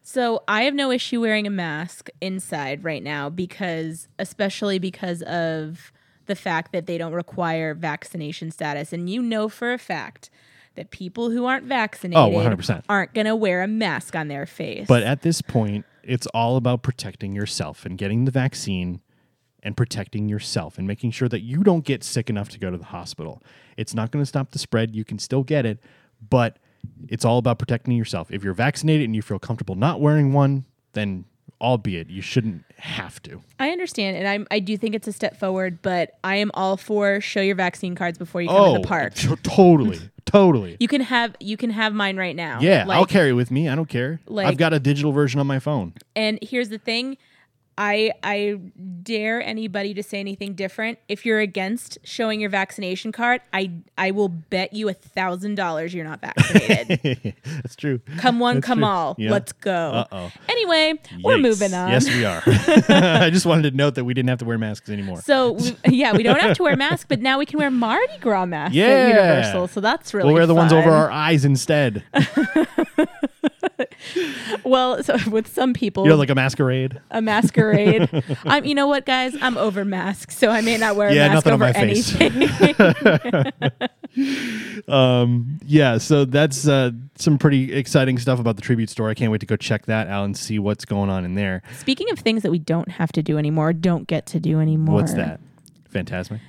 [SPEAKER 2] So I have no issue wearing a mask inside right now because, especially because of the fact that they don't require vaccination status. And you know for a fact that people who aren't vaccinated
[SPEAKER 1] Oh, 100%.
[SPEAKER 2] aren't going to wear a mask on their face.
[SPEAKER 1] But at this point, it's all about protecting yourself and getting the vaccine and protecting yourself and making sure that you don't get sick enough to go to the hospital. It's not going to stop the spread. You can still get it, but it's all about protecting yourself. If you're vaccinated and you feel comfortable not wearing one, then albeit you shouldn't have to.
[SPEAKER 2] I understand. And I'm, I do think it's a step forward, but I am all for show your vaccine cards before you come
[SPEAKER 1] Oh,
[SPEAKER 2] to the *laughs* park.
[SPEAKER 1] *laughs* totally. Totally.
[SPEAKER 2] *laughs* You can have you can have mine right now.
[SPEAKER 1] yeah, I'll
[SPEAKER 2] Like,
[SPEAKER 1] carry it with me. I don't care. I've
[SPEAKER 2] like-
[SPEAKER 1] got a digital version on my phone. *laughs*
[SPEAKER 2] And here's the thing, I I dare anybody to say anything different. If you're against showing your vaccination card, I I will bet you a thousand dollars you're
[SPEAKER 1] *laughs*
[SPEAKER 2] not vaccinated.
[SPEAKER 1] That's true.
[SPEAKER 2] come one, come
[SPEAKER 1] true.
[SPEAKER 2] all.
[SPEAKER 1] Yeah.
[SPEAKER 2] Let's go.
[SPEAKER 1] Uh-oh.
[SPEAKER 2] Anyway, we're
[SPEAKER 1] Yikes.
[SPEAKER 2] moving on.
[SPEAKER 1] Yes, we
[SPEAKER 2] *laughs*
[SPEAKER 1] are. *laughs* I just wanted to note that we didn't have to wear masks anymore.
[SPEAKER 2] So we, yeah, we don't
[SPEAKER 1] *laughs*
[SPEAKER 2] have to wear masks, but now we can wear Mardi Gras masks
[SPEAKER 1] Yeah.
[SPEAKER 2] at Universal. So that's really
[SPEAKER 1] we'll wear the ones
[SPEAKER 2] fun.
[SPEAKER 1] over our eyes
[SPEAKER 2] *laughs*
[SPEAKER 1] instead.
[SPEAKER 2] well. So *laughs* with some people,
[SPEAKER 1] You know, like a masquerade. *laughs*
[SPEAKER 2] a masquerade. I'm, you know what, guys? I'm over masks, so I may not wear
[SPEAKER 1] Yeah,
[SPEAKER 2] a mask
[SPEAKER 1] nothing on
[SPEAKER 2] over
[SPEAKER 1] my face.
[SPEAKER 2] anything.
[SPEAKER 1] *laughs* Yeah, so that's uh, some pretty exciting stuff about the tribute store. I can't wait to go check that out and see what's going on in there.
[SPEAKER 2] Speaking of things that we don't have to do anymore, don't get to do anymore.
[SPEAKER 1] What's that? Phantasmic.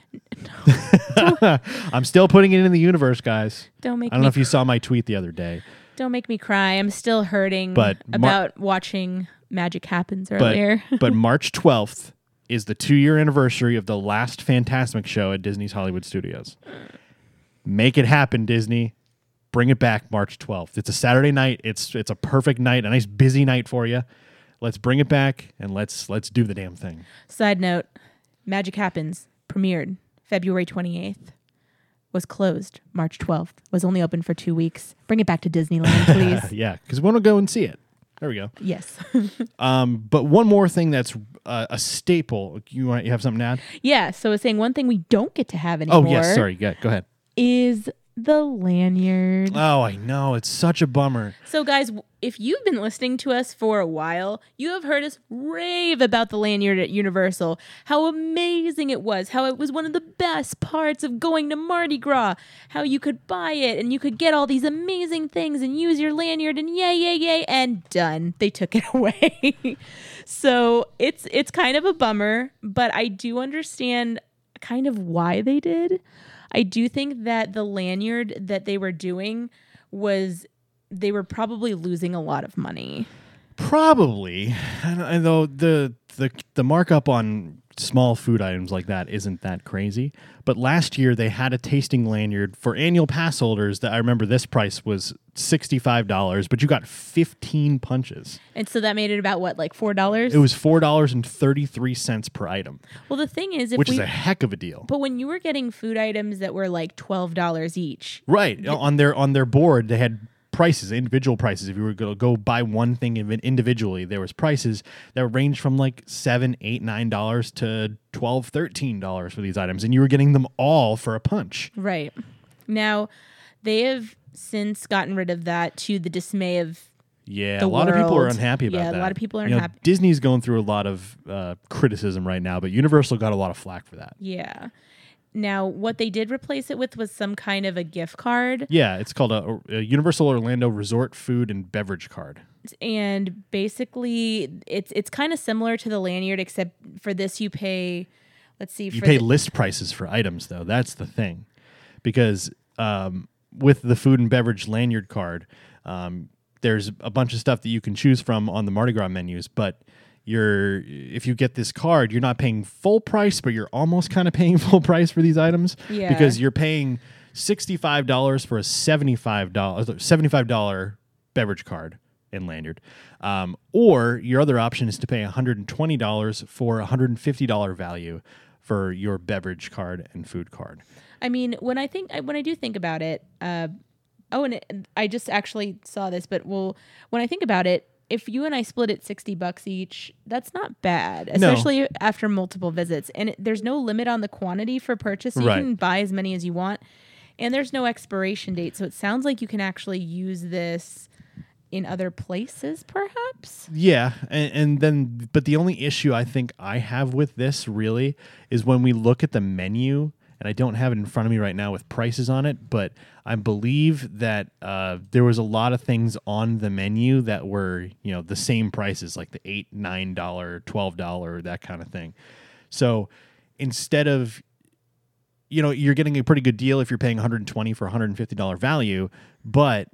[SPEAKER 1] *laughs* I'm still putting it in the universe, guys.
[SPEAKER 2] Don't
[SPEAKER 1] I
[SPEAKER 2] make
[SPEAKER 1] don't know
[SPEAKER 2] me
[SPEAKER 1] if you saw my tweet the other day.
[SPEAKER 2] don't make me cry. I'm still hurting
[SPEAKER 1] But Mar-
[SPEAKER 2] about watching Magic Happens
[SPEAKER 1] but
[SPEAKER 2] *laughs* earlier.
[SPEAKER 1] but March 12th is the two year anniversary of the last Fantasmic show at Disney's Hollywood Studios. Make it happen, Disney. Bring it back March 12th. It's a Saturday night. It's it's a perfect night, a nice busy night for you. Let's bring it back and let's let's do the damn thing.
[SPEAKER 2] Side note, Magic Happens premiered February 28th. Was closed March 12th. Was only open for 2 weeks. Bring it back
[SPEAKER 1] *laughs*
[SPEAKER 2] to Disneyland, please.
[SPEAKER 1] Uh, Yeah, because we want to go and see it. There we go.
[SPEAKER 2] yes. *laughs*
[SPEAKER 1] Um, but one more thing that's uh, a staple. You want you have something to add?
[SPEAKER 2] yeah, so it's saying one thing we don't get to have anymore
[SPEAKER 1] Oh yes, sorry. Yeah, go ahead.
[SPEAKER 2] is the lanyard.
[SPEAKER 1] Oh, I know. It's such a bummer.
[SPEAKER 2] So, guys, w- if you've been listening to us for a while, you have heard us rave about the lanyard at Universal, how amazing it was, how it was one of the best parts of going to Mardi Gras, how you could buy it and you could get all these amazing things and use your lanyard and yay, yay, yay, and done. They took it *laughs* away. so it's it's kind of a bummer, but I do understand kind of why they did. I do think that the lanyard that they were doing was they were probably losing a lot of money.
[SPEAKER 1] Probably, and, and though the the the markup on small food items like that isn't that crazy. But last year they had a tasting lanyard for annual pass holders that I remember this price was sixty five dollars, but you got fifteen punches.
[SPEAKER 2] And so that made it about what, like four dollars?
[SPEAKER 1] It was four dollars and thirty three cents per item,
[SPEAKER 2] Well the thing is if
[SPEAKER 1] which
[SPEAKER 2] we
[SPEAKER 1] is a heck of a deal.
[SPEAKER 2] but when you were getting food items that were like twelve dollars each,
[SPEAKER 1] Right on their on their board, they had prices, individual prices. If you were going to go buy one thing inv- individually, there was prices that ranged from like seven, eight, nine dollars to twelve, thirteen dollars for these items, and you were getting them all for a punch.
[SPEAKER 2] Right. Now, they have since gotten rid of that to the dismay of.
[SPEAKER 1] Yeah, a
[SPEAKER 2] The
[SPEAKER 1] lot of people are
[SPEAKER 2] world.
[SPEAKER 1] unhappy about
[SPEAKER 2] Yeah, a
[SPEAKER 1] that.
[SPEAKER 2] lot of people are
[SPEAKER 1] You know,
[SPEAKER 2] unhappy.
[SPEAKER 1] Disney's going through a lot of uh, criticism right now, but Universal got a lot of flack for that.
[SPEAKER 2] Yeah. Now, what they did replace it with was some kind of a gift card.
[SPEAKER 1] Yeah, it's called a, a Universal Orlando Resort Food and Beverage Card.
[SPEAKER 2] and basically it's it's kind of similar to the lanyard except for this you pay let's see
[SPEAKER 1] you
[SPEAKER 2] for
[SPEAKER 1] pay
[SPEAKER 2] the,
[SPEAKER 1] list prices for items though that's the thing because um, with the food and beverage lanyard card um, there's a bunch of stuff that you can choose from on the mardi gras menus but you're if you get this card you're not paying full price but you're almost kind of paying *laughs* full price for these items
[SPEAKER 2] Yeah.
[SPEAKER 1] because you're paying $65 for a $75 $75 beverage card and lanyard um, or your other option is to pay $120 for a $150 value for your beverage card and food card
[SPEAKER 2] i mean when i think I, when i do think about it uh, oh and it, i just actually saw this but well when i think about it if you and i split it 60 bucks each that's not bad especially after multiple visits and it, there's no limit on the quantity for purchase so you
[SPEAKER 1] Right.
[SPEAKER 2] can buy as many as you want and there's no expiration date so it sounds like you can actually use this in other places perhaps
[SPEAKER 1] Yeah, and, and then but the only issue I think I have with this really is when we look at the menu, and I don't have it in front of me right now with prices on it, but I believe that uh, there was a lot of things on the menu that were you know the same prices, like the eight, nine dollar, twelve dollar, that kind of thing. So instead of you know you're getting a pretty good deal if you're paying 120 for 150 dollar value, but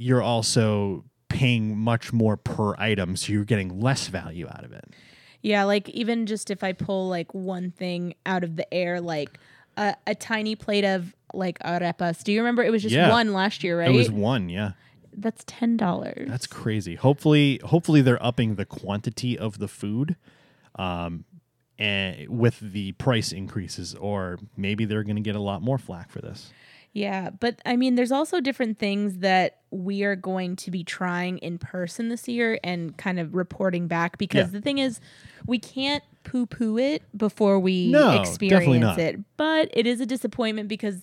[SPEAKER 1] you're also paying much more per item, so you're getting less value out of it.
[SPEAKER 2] Yeah, like even just if I pull like one thing out of the air, like a, a tiny plate of like arepas. Do you remember it was just
[SPEAKER 1] Yeah.
[SPEAKER 2] one last year, right?
[SPEAKER 1] It was one, yeah.
[SPEAKER 2] That's ten dollars.
[SPEAKER 1] That's crazy. Hopefully, hopefully they're upping the quantity of the food, um, and with the price increases, or maybe they're going to get a lot more flack for this.
[SPEAKER 2] Yeah, but I mean, there's also different things that we are going to be trying in person this year and kind of reporting back because
[SPEAKER 1] Yeah.
[SPEAKER 2] the thing is, we can't poo poo it before we
[SPEAKER 1] No, definitely
[SPEAKER 2] experience
[SPEAKER 1] not.
[SPEAKER 2] it. But it is a disappointment because
[SPEAKER 1] It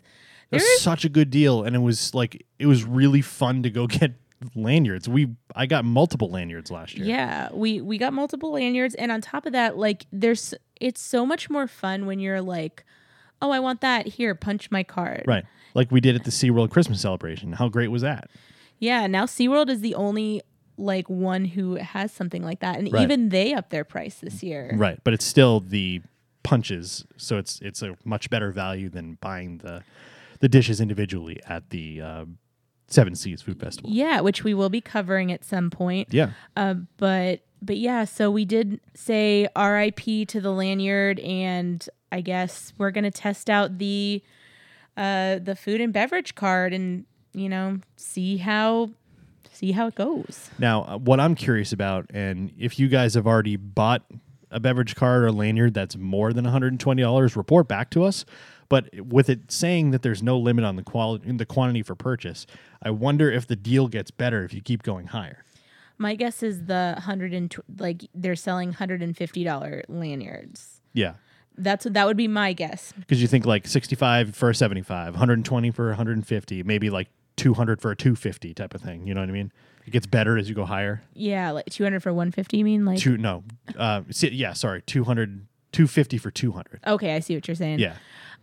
[SPEAKER 2] there
[SPEAKER 1] was
[SPEAKER 2] is
[SPEAKER 1] such a good deal, and it was like it was really fun to go *laughs* get lanyards. We I got multiple lanyards last year.
[SPEAKER 2] Yeah, we we got multiple lanyards, and on top of that, like there's it's so much more fun when you're like, oh, I want that here, punch my card.
[SPEAKER 1] Right. Like we did at the SeaWorld Christmas celebration. How great was that?
[SPEAKER 2] Yeah. Now SeaWorld is the only like one who has something like that, and
[SPEAKER 1] Right.
[SPEAKER 2] even they up their price this year.
[SPEAKER 1] Right, but it's still the punches, so it's it's a much better value than buying the the dishes individually at the uh, Seven Seas Food Festival.
[SPEAKER 2] Yeah, which we will be covering at some point.
[SPEAKER 1] Yeah,
[SPEAKER 2] Uh, but but yeah, so we did say R.I.P. to the lanyard, and I guess we're gonna test out the uh, the food and beverage card, and you know see how see how it goes.
[SPEAKER 1] Now, uh, what I'm curious about, and if you guys have already bought a beverage card or lanyard that's more than $120, report back to us. But with it saying that there's no limit on the quality, the quantity for purchase, I wonder if the deal gets better if you keep going higher.
[SPEAKER 2] My guess is the hundred and tw- like they're selling hundred and fifty dollar lanyards.
[SPEAKER 1] Yeah,
[SPEAKER 2] That's that would be my guess.
[SPEAKER 1] because you think like 65 for a 75 120 for a 150 maybe like 200 for a 250 type of thing you know what i mean it gets better as you go higher
[SPEAKER 2] Yeah, like 200 for 150. You mean like?
[SPEAKER 1] two no uh, si- yeah sorry 200 250 for 200
[SPEAKER 2] Okay, I see what you're saying.
[SPEAKER 1] yeah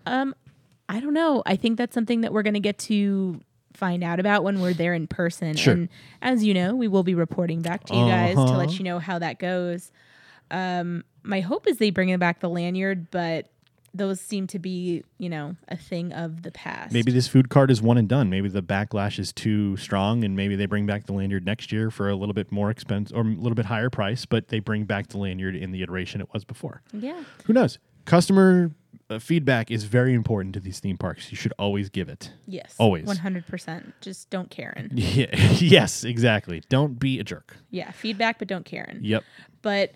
[SPEAKER 2] I don't know. I think that's something that we're going to get to find out about when we're there in person.
[SPEAKER 1] Sure.
[SPEAKER 2] And as you know, we will be reporting back to you guys to
[SPEAKER 1] Uh-huh.
[SPEAKER 2] let you know how that goes. Um, my hope is they bring back the lanyard, but those seem to be, you know, a thing of the past.
[SPEAKER 1] maybe this food cart is one and done maybe the backlash is too strong and maybe they bring back the lanyard next year for a little bit more expense or a little bit higher price but they bring back the lanyard in the iteration it was before
[SPEAKER 2] Yeah.
[SPEAKER 1] who knows customer uh, feedback is very important to these theme parks you should always give it
[SPEAKER 2] Yes.
[SPEAKER 1] Always.
[SPEAKER 2] 100%. Just don't Karen.
[SPEAKER 1] Yeah, *laughs* yes, exactly. Don't be a jerk.
[SPEAKER 2] Yeah. Feedback, but don't Karen.
[SPEAKER 1] Yep.
[SPEAKER 2] But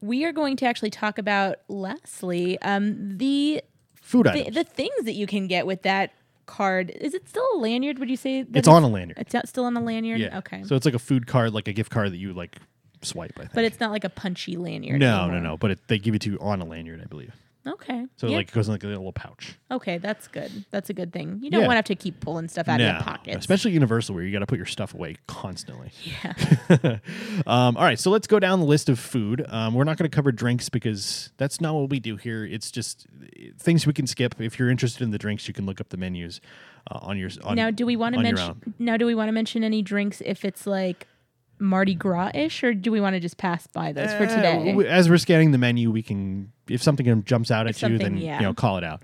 [SPEAKER 2] we are going to actually talk about, lastly, um, the
[SPEAKER 1] Food
[SPEAKER 2] the,
[SPEAKER 1] items.
[SPEAKER 2] the things that you can get with that card is it still a lanyard would you say that
[SPEAKER 1] it's on a lanyard.
[SPEAKER 2] it's out- still on a lanyard
[SPEAKER 1] Yeah.
[SPEAKER 2] okay
[SPEAKER 1] So it's like a food card, like a gift card that you like swipe. I think.
[SPEAKER 2] but it's not like a punchy lanyard
[SPEAKER 1] no, no,
[SPEAKER 2] anymore.
[SPEAKER 1] no. But it, they give it to you on a lanyard, I believe.
[SPEAKER 2] okay
[SPEAKER 1] So
[SPEAKER 2] Yeah.
[SPEAKER 1] like it goes in like a little pouch.
[SPEAKER 2] okay that's good that's a good thing you don't
[SPEAKER 1] Yeah.
[SPEAKER 2] want to have to keep pulling stuff out of
[SPEAKER 1] No,
[SPEAKER 2] your pockets
[SPEAKER 1] especially Universal, where you got to put your stuff away constantly.
[SPEAKER 2] *laughs* yeah
[SPEAKER 1] *laughs* Um, all right, so let's go down the list of food. Um, we're not going to cover drinks because that's not what we do here. It's just uh, things we can skip. If you're interested in the drinks, you can look up the menus uh, on your. On,
[SPEAKER 2] now do we want to
[SPEAKER 1] on your
[SPEAKER 2] mention now do we want to mention any drinks if it's like mardi gras-ish or do we want to just pass by those for
[SPEAKER 1] Uh,
[SPEAKER 2] today *laughs*
[SPEAKER 1] w- As we're scanning the menu, we can if something jumps out at you,
[SPEAKER 2] something,
[SPEAKER 1] then
[SPEAKER 2] yeah.
[SPEAKER 1] you know call it out.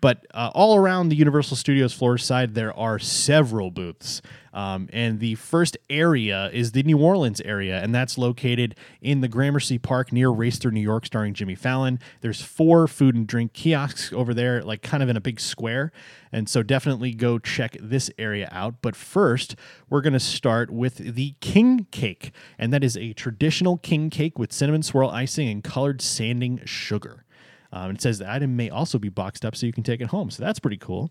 [SPEAKER 1] But uh, all around the Universal Studios floor side, there are several booths, um, and the first area is the New Orleans area, and that's located in the Gramercy Park near Race Through New York, starring Jimmy Fallon. There's four food and drink kiosks over there, like kind of in a big square, and so definitely go check this area out. But first, we're going to start with the king cake, and that is a traditional king cake with cinnamon swirl icing and colored sanding sugar. Um, it says the item may also be boxed up so you can take it home. So that's pretty cool.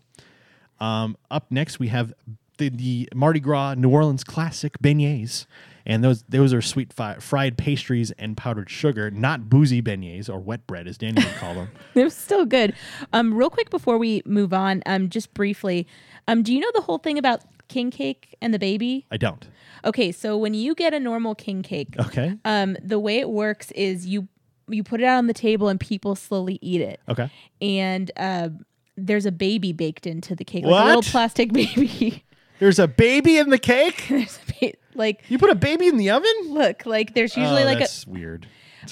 [SPEAKER 1] Um, up next, we have the, the Mardi Gras New Orleans classic beignets. And those those are sweet fi- fried pastries and powdered sugar, not boozy beignets or wet bread, as Danny would call *laughs* them.
[SPEAKER 2] They're still good. Um, real quick before we move on, um, just briefly, um, do you know the whole thing about king cake and the baby?
[SPEAKER 1] I don't.
[SPEAKER 2] Okay, so when you get a normal
[SPEAKER 1] *laughs*
[SPEAKER 2] king cake,
[SPEAKER 1] Okay.
[SPEAKER 2] um, the way it works is you you put it out on the table and people slowly eat it,
[SPEAKER 1] Okay.
[SPEAKER 2] and uh, there's a baby baked into the cake, like a little
[SPEAKER 1] What?
[SPEAKER 2] plastic *laughs* baby.
[SPEAKER 1] There's a baby in the cake.
[SPEAKER 2] there's a ba- like
[SPEAKER 1] You put a baby in the oven?
[SPEAKER 2] look like there's usually
[SPEAKER 1] oh,
[SPEAKER 2] like a
[SPEAKER 1] that's weird.
[SPEAKER 2] *laughs*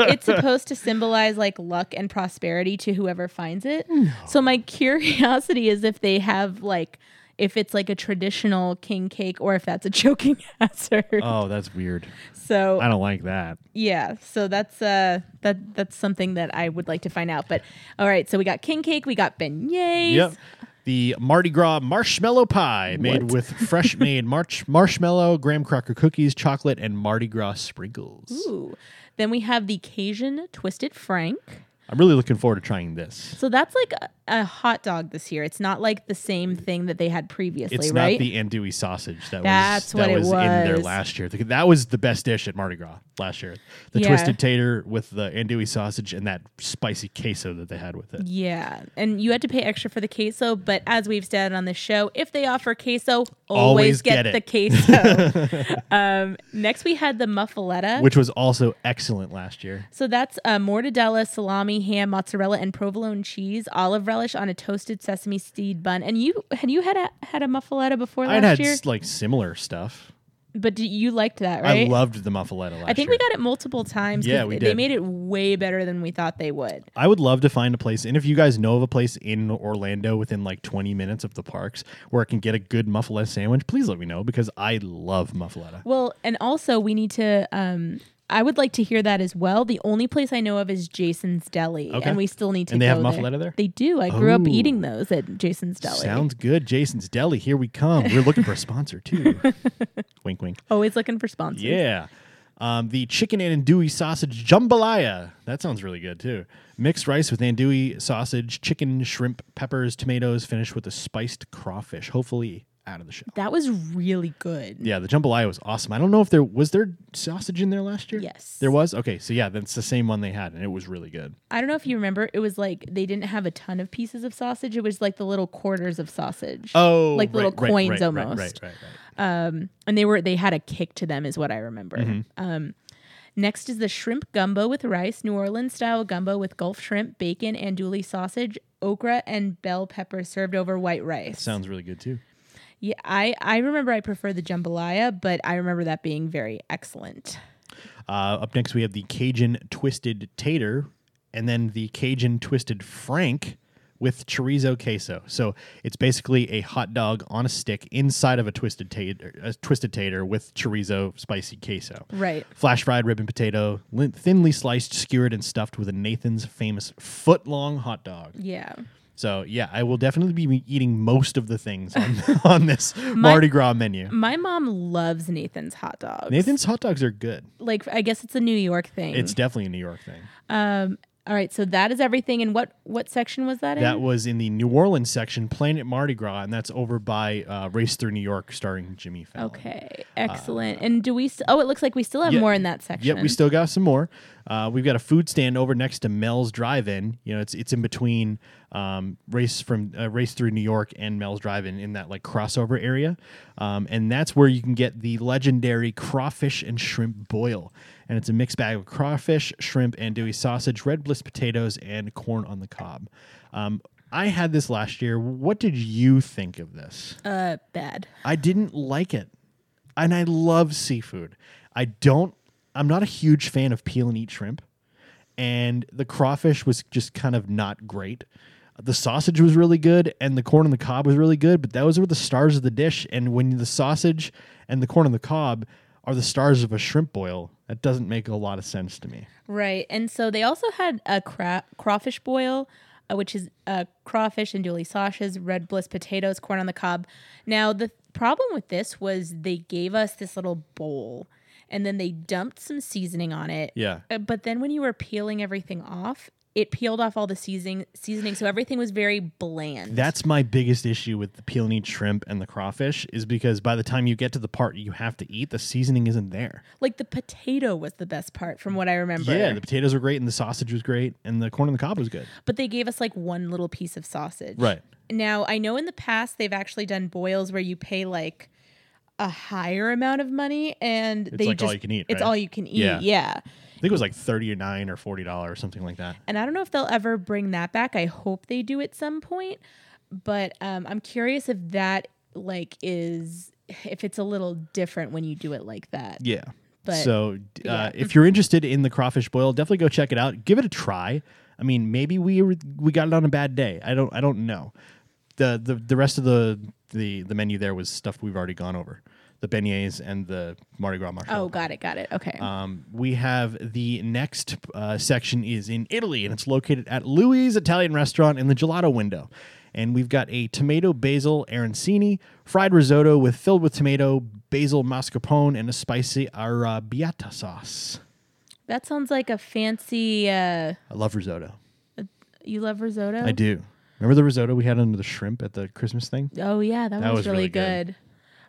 [SPEAKER 1] *laughs*
[SPEAKER 2] it's supposed to symbolize like luck and prosperity to whoever finds it. So my curiosity is if they have like if it's like a traditional king cake or if that's a choking *laughs* hazard.
[SPEAKER 1] Oh, that's weird.
[SPEAKER 2] so
[SPEAKER 1] I don't like that.
[SPEAKER 2] yeah, so that's uh that that's something that I would like to find out. But all right, so we got king cake, we got beignets.
[SPEAKER 1] Yep. The Mardi Gras marshmallow pie made
[SPEAKER 2] What?
[SPEAKER 1] with fresh made
[SPEAKER 2] *laughs*
[SPEAKER 1] march- marshmallow, graham cracker cookies, chocolate, and Mardi Gras sprinkles.
[SPEAKER 2] Ooh. Then we have the Cajun twisted frank.
[SPEAKER 1] I'm really looking forward to trying this.
[SPEAKER 2] So that's like a, a hot dog this year. It's not like the same thing that they had previously,
[SPEAKER 1] It's
[SPEAKER 2] right?
[SPEAKER 1] not the andouille sausage that was
[SPEAKER 2] That's
[SPEAKER 1] that
[SPEAKER 2] what it
[SPEAKER 1] was, in there
[SPEAKER 2] was.
[SPEAKER 1] last year. That was the best dish at Mardi Gras last year. The
[SPEAKER 2] Yeah.
[SPEAKER 1] twisted tater with the andouille sausage and that spicy queso that they had with it.
[SPEAKER 2] Yeah, and you had to pay extra for the queso, but as we've said on the show, if they offer queso, always,
[SPEAKER 1] Always
[SPEAKER 2] get,
[SPEAKER 1] get
[SPEAKER 2] the
[SPEAKER 1] it.
[SPEAKER 2] queso.
[SPEAKER 1] *laughs*
[SPEAKER 2] um, next, we had the muffaletta.
[SPEAKER 1] Which was also excellent last year.
[SPEAKER 2] so that's uh, mortadella, salami, ham, mozzarella, and provolone cheese, olive relish on a toasted sesame seed bun. And you had you had a had a muffaletta before
[SPEAKER 1] I'd had
[SPEAKER 2] last year,
[SPEAKER 1] s- like similar stuff.
[SPEAKER 2] but do, you liked that, right?
[SPEAKER 1] I loved the muffaletta last year.
[SPEAKER 2] I think we got it multiple times. 'cause
[SPEAKER 1] Yeah, we
[SPEAKER 2] they
[SPEAKER 1] did.
[SPEAKER 2] made it way better than we thought they would.
[SPEAKER 1] I would love to find a place, and if you guys know of a place in Orlando within like 20 minutes of the parks where I can get a good muffaletta sandwich, please let me know because I love muffaletta.
[SPEAKER 2] Well, and also we need to. Um, I would like to hear that as well. The only place I know of is Jason's Deli,
[SPEAKER 1] Okay.
[SPEAKER 2] and we still need to.
[SPEAKER 1] And they have
[SPEAKER 2] go
[SPEAKER 1] muffaletta there?
[SPEAKER 2] They do. I grew up
[SPEAKER 1] Ooh.
[SPEAKER 2] eating those at Jason's Deli.
[SPEAKER 1] Sounds good, Jason's Deli. Here we come. We're looking for a sponsor too. wink, wink.
[SPEAKER 2] Always looking for sponsors.
[SPEAKER 1] Yeah. Um, the chicken and andouille sausage jambalaya. That sounds really good too. Mixed rice with andouille sausage, chicken, shrimp, peppers, tomatoes, finished with a spiced crawfish. Hopefully out of the shell.
[SPEAKER 2] That was really good.
[SPEAKER 1] Yeah, the jambalaya was awesome. I don't know if there was there sausage in there last year.
[SPEAKER 2] Yes.
[SPEAKER 1] there was. Okay, so yeah, that's the same one they had, and it was really good.
[SPEAKER 2] I don't know if you remember, it was like they didn't have a ton of pieces of sausage. It was like the little quarters of sausage.
[SPEAKER 1] Oh,
[SPEAKER 2] like
[SPEAKER 1] right,
[SPEAKER 2] little
[SPEAKER 1] right,
[SPEAKER 2] coins
[SPEAKER 1] right, right,
[SPEAKER 2] almost.
[SPEAKER 1] Right, right, right.
[SPEAKER 2] And they were they had a kick to them, is what I remember.
[SPEAKER 1] Mm-hmm.
[SPEAKER 2] Um, next is the shrimp gumbo with rice, New Orleans style gumbo with Gulf shrimp, bacon, andouille sausage, okra, and bell pepper served over white rice.
[SPEAKER 1] Sounds really good too.
[SPEAKER 2] yeah, I I remember I prefer the jambalaya, but I remember that being very excellent.
[SPEAKER 1] Uh, up next, we have the Cajun Twisted Tater, and then the Cajun Twisted Frank with chorizo queso. So it's basically a hot dog on a stick inside of a twisted tater, a twisted tater with chorizo, spicy queso.
[SPEAKER 2] Right.
[SPEAKER 1] Flash fried ribbon potato, lin- thinly sliced, skewered, and stuffed with a Nathan's famous foot long hot dog.
[SPEAKER 2] Yeah.
[SPEAKER 1] So yeah, I will definitely be eating most of the things on, *laughs* on this Mardi Gras menu.
[SPEAKER 2] My mom loves Nathan's hot dogs.
[SPEAKER 1] Nathan's hot dogs are good.
[SPEAKER 2] like I guess it's a New York thing.
[SPEAKER 1] It's definitely a New York thing.
[SPEAKER 2] Um. All right. So that is everything. And what what section was that,
[SPEAKER 1] That
[SPEAKER 2] in?
[SPEAKER 1] was in the New Orleans section, Planet Mardi Gras, and that's over by uh, Race Through New York, starring Jimmy Fallon.
[SPEAKER 2] okay. Excellent. and do we? St- oh, it looks like we still have
[SPEAKER 1] Uh, Yeah.
[SPEAKER 2] more in that section.
[SPEAKER 1] Yep, we still got some more. Uh, we've got a food stand over next to Mel's Drive-In. You know, it's it's in between um, race from uh, race through New York and Mel's Drive-In in that like crossover area, um, and that's where you can get the legendary crawfish and shrimp boil. And it's a mixed bag of crawfish, shrimp, andouille sausage, red bliss potatoes, and corn on the cob. Um, I had this last year. What did you think of this?
[SPEAKER 2] Uh, bad.
[SPEAKER 1] I didn't like it. And I love seafood. I don't I'm not a huge fan of peel and eat shrimp. And the crawfish was just kind of not great. The sausage was really good and the corn on the cob was really good, but those were the stars of the dish and when the sausage and the corn on the cob are the stars of a shrimp boil, that doesn't make a lot of sense to me.
[SPEAKER 2] Right. And so they also had a cra- crawfish boil, uh, which is uh, crawfish and dually sausages, red bliss potatoes, corn on the cob. Now, the problem with this was they gave us this little bowl and then they dumped some seasoning on it.
[SPEAKER 1] Yeah.
[SPEAKER 2] Uh, but then when you were peeling everything off, it peeled off all the seasoning, seasoning, so everything was very bland.
[SPEAKER 1] That's my biggest issue with the peel and eat shrimp and the crawfish is because by the time you get to the part you have to eat, the seasoning isn't there.
[SPEAKER 2] like the potato was the best part, from what I remember.
[SPEAKER 1] Yeah, the potatoes were great, and the sausage was great, and the corn on the cob was good.
[SPEAKER 2] but they gave us like one little piece of sausage.
[SPEAKER 1] Right.
[SPEAKER 2] Now, I know in the past they've actually done boils where you pay like a higher amount of money and they
[SPEAKER 1] like all
[SPEAKER 2] just
[SPEAKER 1] you can eat,
[SPEAKER 2] It's
[SPEAKER 1] right?
[SPEAKER 2] all you can eat.
[SPEAKER 1] Yeah.
[SPEAKER 2] Yeah.
[SPEAKER 1] I think it was like thirty or nine or forty dollars or something like that.
[SPEAKER 2] And I don't know if they'll ever bring that back. I hope they do at some point, but um, I'm curious if that like is if it's a little different when you do it like that.
[SPEAKER 1] Yeah.
[SPEAKER 2] But-
[SPEAKER 1] so, d- uh,
[SPEAKER 2] *laughs* yeah.
[SPEAKER 1] if you're interested in the crawfish boil, definitely go check it out. Give it a try. I mean, maybe we were- we got it on a bad day. I don't I don't know. The the, the rest of the, the the menu there was stuff we've already gone over. The beignets and the Mardi Gras marshmallow.
[SPEAKER 2] Oh, got it, got it. Okay.
[SPEAKER 1] Um, we have the next uh, section is in Italy, and it's located at Louis Italian Restaurant in the Gelato window. And we've got a tomato basil arancini, fried risotto with filled with tomato, basil mascarpone, and a spicy arrabbiata sauce.
[SPEAKER 2] that sounds like a fancy. Uh,
[SPEAKER 1] I love risotto.
[SPEAKER 2] you love risotto?
[SPEAKER 1] I do. Remember the risotto we had under the shrimp at the Christmas thing?
[SPEAKER 2] Oh yeah, that,
[SPEAKER 1] That
[SPEAKER 2] one's
[SPEAKER 1] was
[SPEAKER 2] really,
[SPEAKER 1] really good.
[SPEAKER 2] good.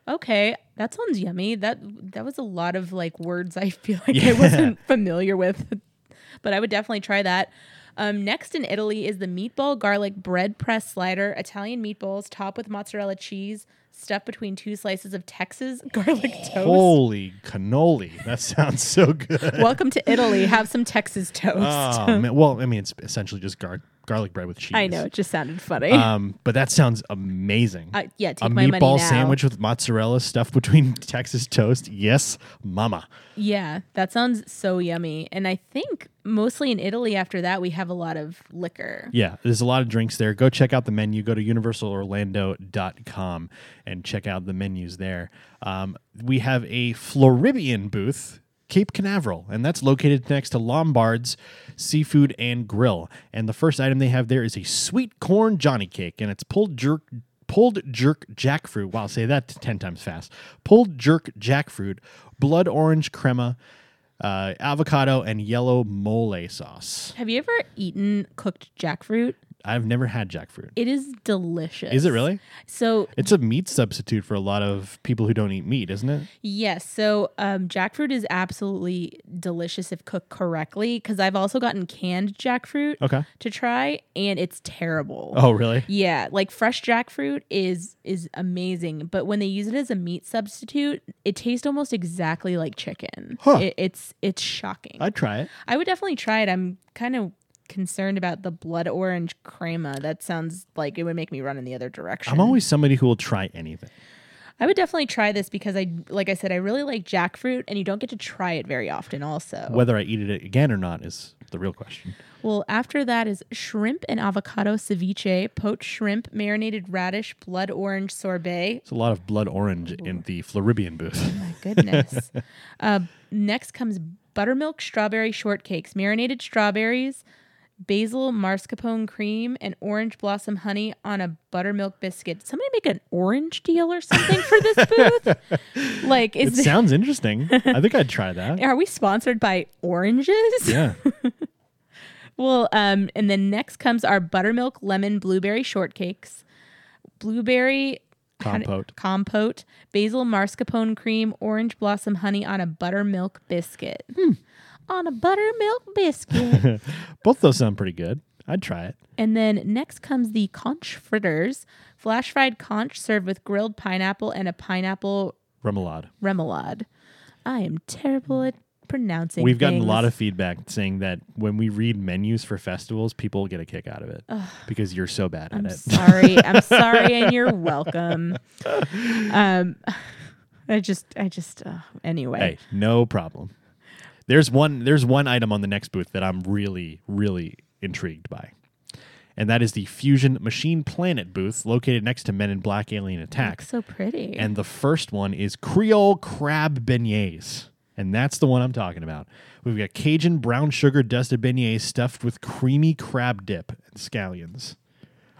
[SPEAKER 2] Okay, that sounds yummy. That that was a lot of like words I *laughs* feel like I wasn't familiar with, *laughs* but I would definitely try that. Um, next in Italy is the meatball garlic bread press slider, Italian meatballs topped with mozzarella cheese, stuffed between two slices of Texas *laughs* garlic toast.
[SPEAKER 1] Holy cannoli! That sounds so good.
[SPEAKER 2] Welcome to Italy. Have some Texas toast.
[SPEAKER 1] Oh, man. Well, I mean, it's essentially just gar- garlic bread with cheese.
[SPEAKER 2] *laughs* I know it just sounded funny. *laughs*
[SPEAKER 1] Um, but that sounds amazing.
[SPEAKER 2] Uh, yeah, take
[SPEAKER 1] a
[SPEAKER 2] my money
[SPEAKER 1] meatball
[SPEAKER 2] now.
[SPEAKER 1] sandwich with mozzarella stuffed between *laughs* Texas toast. Yes, mama.
[SPEAKER 2] yeah, that sounds so yummy. And I think mostly in Italy after that we have a lot of liquor.
[SPEAKER 1] Yeah, there's a lot of drinks there. Go check out the menu. Go to universalorlando.com and check out the menus there. Um, we have a Floribian booth, Cape Canaveral, and that's located next to Lombard's Seafood and Grill. And the first item they have there is a sweet corn Johnny cake, and it's pulled jerk. Pulled jerk jackfruit. Wow, say that 10 times fast. Pulled jerk jackfruit, blood orange crema, uh, avocado, and yellow mole sauce.
[SPEAKER 2] Have you ever eaten cooked jackfruit?
[SPEAKER 1] I've never had jackfruit.
[SPEAKER 2] It is delicious.
[SPEAKER 1] Is it really?
[SPEAKER 2] So
[SPEAKER 1] It's a meat substitute for a lot of people who don't eat meat, isn't it?
[SPEAKER 2] Yes. So um, jackfruit is absolutely delicious if cooked correctly. Because I've also gotten canned jackfruit
[SPEAKER 1] Okay.
[SPEAKER 2] to try, and it's terrible.
[SPEAKER 1] Oh, really?
[SPEAKER 2] Yeah, like fresh jackfruit is is amazing, but when they use it as a meat substitute, it tastes almost exactly like chicken.
[SPEAKER 1] Huh.
[SPEAKER 2] It, it's it's shocking. I,
[SPEAKER 1] I'd try it.
[SPEAKER 2] would definitely try it. I'm kind of concerned about the blood orange crema. That sounds like it would make me run in the other direction.
[SPEAKER 1] I'm always somebody who will try anything.
[SPEAKER 2] I would definitely try this because I, like I said, I really like jackfruit, and you don't get to try it very often. Also,
[SPEAKER 1] Whether I eat it again or not is the real question.
[SPEAKER 2] well, after that is shrimp and avocado ceviche, poached shrimp, marinated radish, blood orange sorbet.
[SPEAKER 1] It's a lot of blood orange in the Floribian booth.
[SPEAKER 2] *laughs* My
[SPEAKER 1] *laughs*
[SPEAKER 2] goodness. uh, next comes buttermilk strawberry shortcakes, marinated strawberries, basil mascarpone cream, and orange blossom honey on a buttermilk biscuit. Somebody make an orange deal or something
[SPEAKER 1] *laughs*
[SPEAKER 2] for this booth. like,
[SPEAKER 1] it
[SPEAKER 2] is this,
[SPEAKER 1] sounds interesting. I think I'd try that.
[SPEAKER 2] *laughs* are we sponsored by oranges?
[SPEAKER 1] Yeah.
[SPEAKER 2] Well, um, and then next comes our buttermilk lemon blueberry shortcakes, blueberry how do-
[SPEAKER 1] Compote.
[SPEAKER 2] compote, basil mascarpone cream, orange blossom honey on a buttermilk biscuit.
[SPEAKER 1] Hmm.
[SPEAKER 2] On a
[SPEAKER 1] *laughs*
[SPEAKER 2] buttermilk biscuit.
[SPEAKER 1] Both those sound pretty good. I'd try it.
[SPEAKER 2] and then next comes the conch fritters, flash fried conch served with grilled pineapple and a pineapple
[SPEAKER 1] Remoulade.
[SPEAKER 2] remoulade. I am terrible at pronouncing.
[SPEAKER 1] Hmm. We've gotten a
[SPEAKER 2] things.
[SPEAKER 1] lot of feedback saying that when we read menus for festivals, people get a kick out of it because you're so bad at
[SPEAKER 2] I'm
[SPEAKER 1] it.
[SPEAKER 2] sorry.
[SPEAKER 1] *laughs*
[SPEAKER 2] I'm sorry, and you're welcome. Um, *sighs* I just, I just. Uh, anyway,
[SPEAKER 1] hey, no problem. There's one there's one item on the next booth that I'm really really intrigued by. And that is the Fusion Machine Planet booth located next to Men in Black Alien Attack.
[SPEAKER 2] looks so pretty.
[SPEAKER 1] And the first one is Creole crab beignets. And that's the one I'm talking about. We've got Cajun brown sugar dusted beignets stuffed with creamy crab dip and scallions.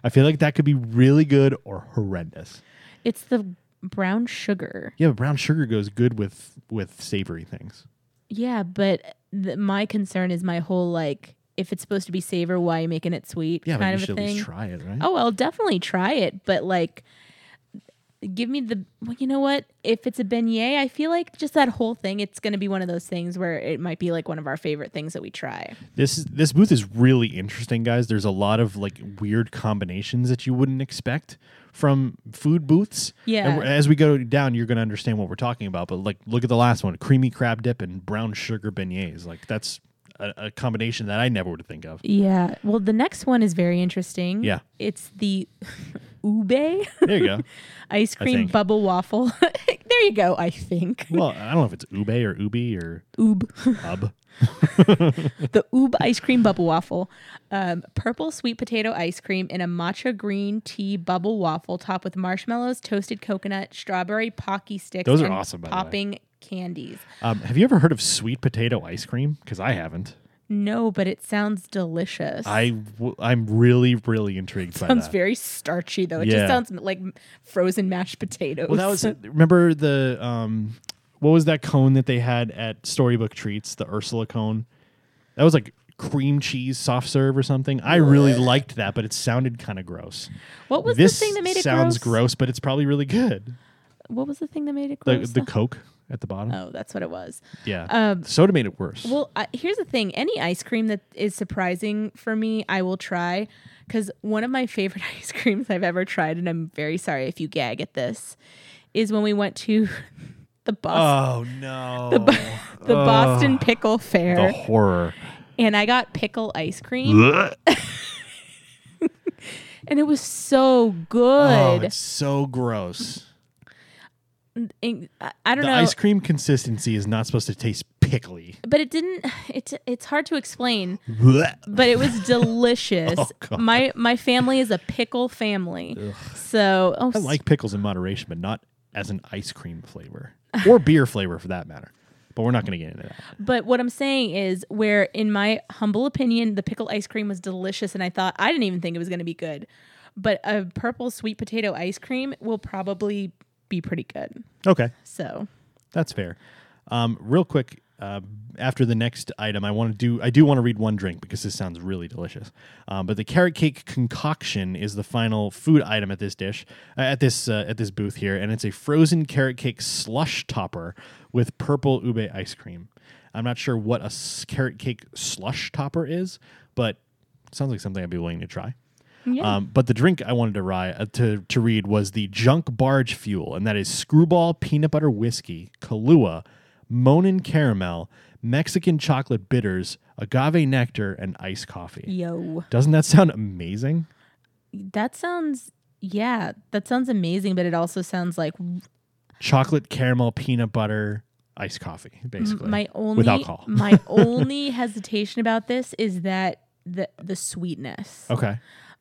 [SPEAKER 1] I feel like that could be really good or horrendous.
[SPEAKER 2] it's the brown sugar.
[SPEAKER 1] Yeah, but brown sugar goes good with with savory things.
[SPEAKER 2] Yeah, but th- my concern is my whole like, if it's supposed to be savor, why are you making it sweet?
[SPEAKER 1] Yeah, but
[SPEAKER 2] kind
[SPEAKER 1] you
[SPEAKER 2] of a
[SPEAKER 1] should at
[SPEAKER 2] thing.
[SPEAKER 1] least try it, right?
[SPEAKER 2] Oh, I'll definitely try it, but like. Give me the well, you know what? If it's a beignet, I feel like just that whole thing, it's gonna be one of those things where it might be like one of our favorite things that we try.
[SPEAKER 1] This is- this booth is really interesting, guys. There's a lot of like weird combinations that you wouldn't expect from food booths.
[SPEAKER 2] Yeah.
[SPEAKER 1] And we're- as we go down, you're going to understand what we're talking about. But like, look at the last one: creamy crab dip and brown sugar beignets. Like that's a, a combination that I never would think of.
[SPEAKER 2] Yeah. Well, the next one is very interesting.
[SPEAKER 1] Yeah.
[SPEAKER 2] It's the *laughs* ube
[SPEAKER 1] There
[SPEAKER 2] *laughs*
[SPEAKER 1] you go.
[SPEAKER 2] ice cream
[SPEAKER 1] think.
[SPEAKER 2] bubble waffle. *laughs* there you go,
[SPEAKER 1] *laughs*
[SPEAKER 2] I think.
[SPEAKER 1] well, I don't know if it's ube or ubi or
[SPEAKER 2] Oob.
[SPEAKER 1] ub.
[SPEAKER 2] the oob ice cream bubble waffle. Um, purple sweet potato ice cream in a matcha green tea bubble waffle topped with marshmallows, toasted coconut, strawberry pocky sticks.
[SPEAKER 1] Those are
[SPEAKER 2] and
[SPEAKER 1] awesome, by the way.
[SPEAKER 2] Popping candies.
[SPEAKER 1] Um, have you ever heard of sweet potato ice cream? Because I haven't.
[SPEAKER 2] No, but it sounds delicious.
[SPEAKER 1] I w- I'm really really intrigued by that.
[SPEAKER 2] sounds very starchy though. It
[SPEAKER 1] Yeah.
[SPEAKER 2] just sounds like frozen mashed potatoes.
[SPEAKER 1] Well, that was remember the um, what was that cone that they had at Storybook Treats, the Ursula cone? That was like cream cheese soft serve or something. I really liked that, but it sounded kind of gross.
[SPEAKER 2] *laughs* what was
[SPEAKER 1] this
[SPEAKER 2] the thing that made it
[SPEAKER 1] sounds
[SPEAKER 2] gross?
[SPEAKER 1] but it's probably really good.
[SPEAKER 2] what was the thing that made it
[SPEAKER 1] The
[SPEAKER 2] gross?
[SPEAKER 1] the Coke at the bottom,
[SPEAKER 2] oh, that's what it was.
[SPEAKER 1] yeah. Soda made it worse.
[SPEAKER 2] Well, I, here's the thing: any ice cream that is surprising for me, I will try. Because one of my favorite *laughs* ice creams I've ever tried, and I'm very sorry if you gag at this, is when we went to *laughs* the Boston,
[SPEAKER 1] oh no,
[SPEAKER 2] the, Bo- the Boston Pickle
[SPEAKER 1] the
[SPEAKER 2] Fair,
[SPEAKER 1] horror.
[SPEAKER 2] and I got pickle ice cream, and it was so
[SPEAKER 1] Oh,
[SPEAKER 2] good.
[SPEAKER 1] it's so gross.
[SPEAKER 2] And I, I
[SPEAKER 1] The
[SPEAKER 2] don't know.
[SPEAKER 1] ice cream consistency is not supposed to taste pickly.
[SPEAKER 2] but it didn't *sighs* it's it's hard to explain
[SPEAKER 1] *laughs*
[SPEAKER 2] but it was delicious
[SPEAKER 1] Oh, God.
[SPEAKER 2] my my family is a pickle family so oh
[SPEAKER 1] I like pickles in moderation, but not as an ice cream flavor or beer flavor for that matter. But we're not going to get into that.
[SPEAKER 2] But what I'm saying is, where in my humble opinion, the pickle ice cream was delicious, and I thought I didn't even think it was going to be good. But a purple sweet potato ice cream will probably be pretty good.
[SPEAKER 1] Okay,
[SPEAKER 2] So
[SPEAKER 1] that's fair. Um, real quick, uh, after the next item, I want to do I do want to read one drink because this sounds really delicious. Um, but the carrot cake concoction is the final food item at this dish uh, at this uh, at this booth here, and it's a frozen carrot cake slush topper with purple ube ice cream. I'm not sure what a s- carrot cake slush topper is, but it sounds like something I'd be willing to try.
[SPEAKER 2] Yeah.
[SPEAKER 1] Um, but the drink I wanted to, ri- uh, to to read was the Junk Barge Fuel, and that is Screwball Peanut Butter Whiskey, Kahlua, Monin Caramel, Mexican Chocolate Bitters, Agave Nectar, and Iced Coffee.
[SPEAKER 2] Yo.
[SPEAKER 1] Doesn't that sound amazing?
[SPEAKER 2] That sounds yeah, that sounds amazing, but it also sounds like
[SPEAKER 1] Chocolate, caramel, peanut butter, iced coffee, basically.
[SPEAKER 2] my only
[SPEAKER 1] with alcohol. *laughs*
[SPEAKER 2] my only hesitation about this is that the the sweetness.
[SPEAKER 1] okay.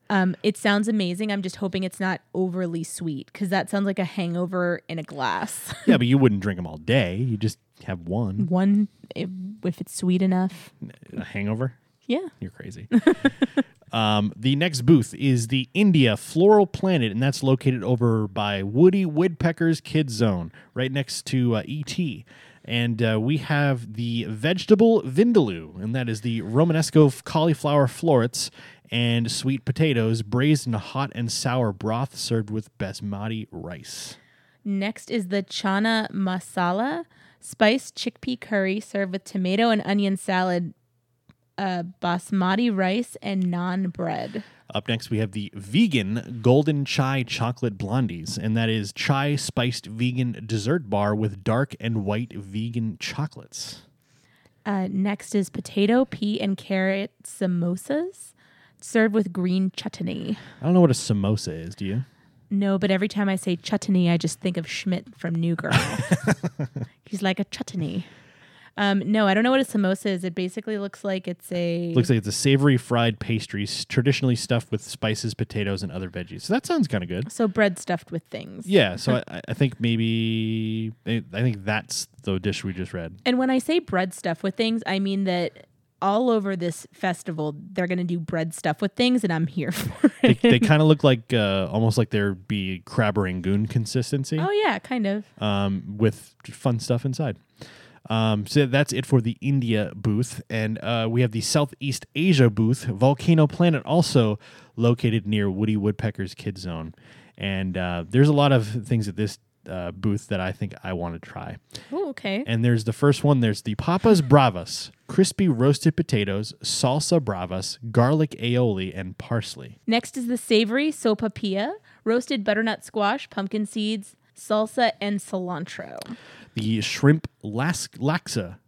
[SPEAKER 2] Um, it sounds amazing. I'm just hoping it's not overly sweet because that sounds like a hangover in a glass. *laughs*
[SPEAKER 1] Yeah, but you wouldn't drink them all day. You just have one.
[SPEAKER 2] One, if, if it's sweet enough.
[SPEAKER 1] A hangover.
[SPEAKER 2] Yeah.
[SPEAKER 1] You're crazy. *laughs* um, the next booth is the India Floral Planet, and that's located over by Woody Woodpecker's Kids Zone, right next to uh, ET. And uh, we have the vegetable vindaloo, and that is the Romanesco f- cauliflower florets and sweet potatoes braised in a hot and sour broth served with basmati rice.
[SPEAKER 2] Next is the chana masala, spiced chickpea curry served with tomato and onion salad, uh, basmati rice, and naan bread.
[SPEAKER 1] Up next, we have the vegan golden chai chocolate blondies, and that is chai spiced vegan dessert bar with dark and white vegan chocolates.
[SPEAKER 2] Uh, next is potato, pea, and carrot samosas served with green chutney.
[SPEAKER 1] I don't know what a samosa is, do you?
[SPEAKER 2] No, but every time I say chutney, I just think of Schmidt from
[SPEAKER 1] *laughs*
[SPEAKER 2] New Girl. He's like a chutney. Um, no, I don't know what a samosa is. It basically looks like it's a
[SPEAKER 1] Looks like it's a savory fried pastry s- traditionally stuffed with spices, potatoes, and other veggies. So that sounds kind of good.
[SPEAKER 2] so bread stuffed with things.
[SPEAKER 1] Yeah, so I, I think maybe eh, I think that's the dish we just read.
[SPEAKER 2] And when I say bread stuff with things, I mean that all over this festival, they're going to do bread stuff with things, and I'm here *laughs* for
[SPEAKER 1] They,
[SPEAKER 2] it.
[SPEAKER 1] they kind of look like uh, almost like there'd be crab rangoon consistency.
[SPEAKER 2] oh, yeah, kind of.
[SPEAKER 1] um, with fun stuff inside. Um, so that's it for the India booth, and uh, we have the Southeast Asia booth, Volcano Planet, also located near Woody Woodpecker's Kid Zone. And uh, there's a lot of things at this uh, booth that I think I want to try.
[SPEAKER 2] Oh, okay.
[SPEAKER 1] And there's the first one. There's the Papas Bravas, crispy roasted potatoes, salsa bravas, garlic aioli, and parsley.
[SPEAKER 2] Next is the savory sopapilla, roasted butternut squash, pumpkin seeds, salsa, and cilantro.
[SPEAKER 1] the shrimp las- laksa.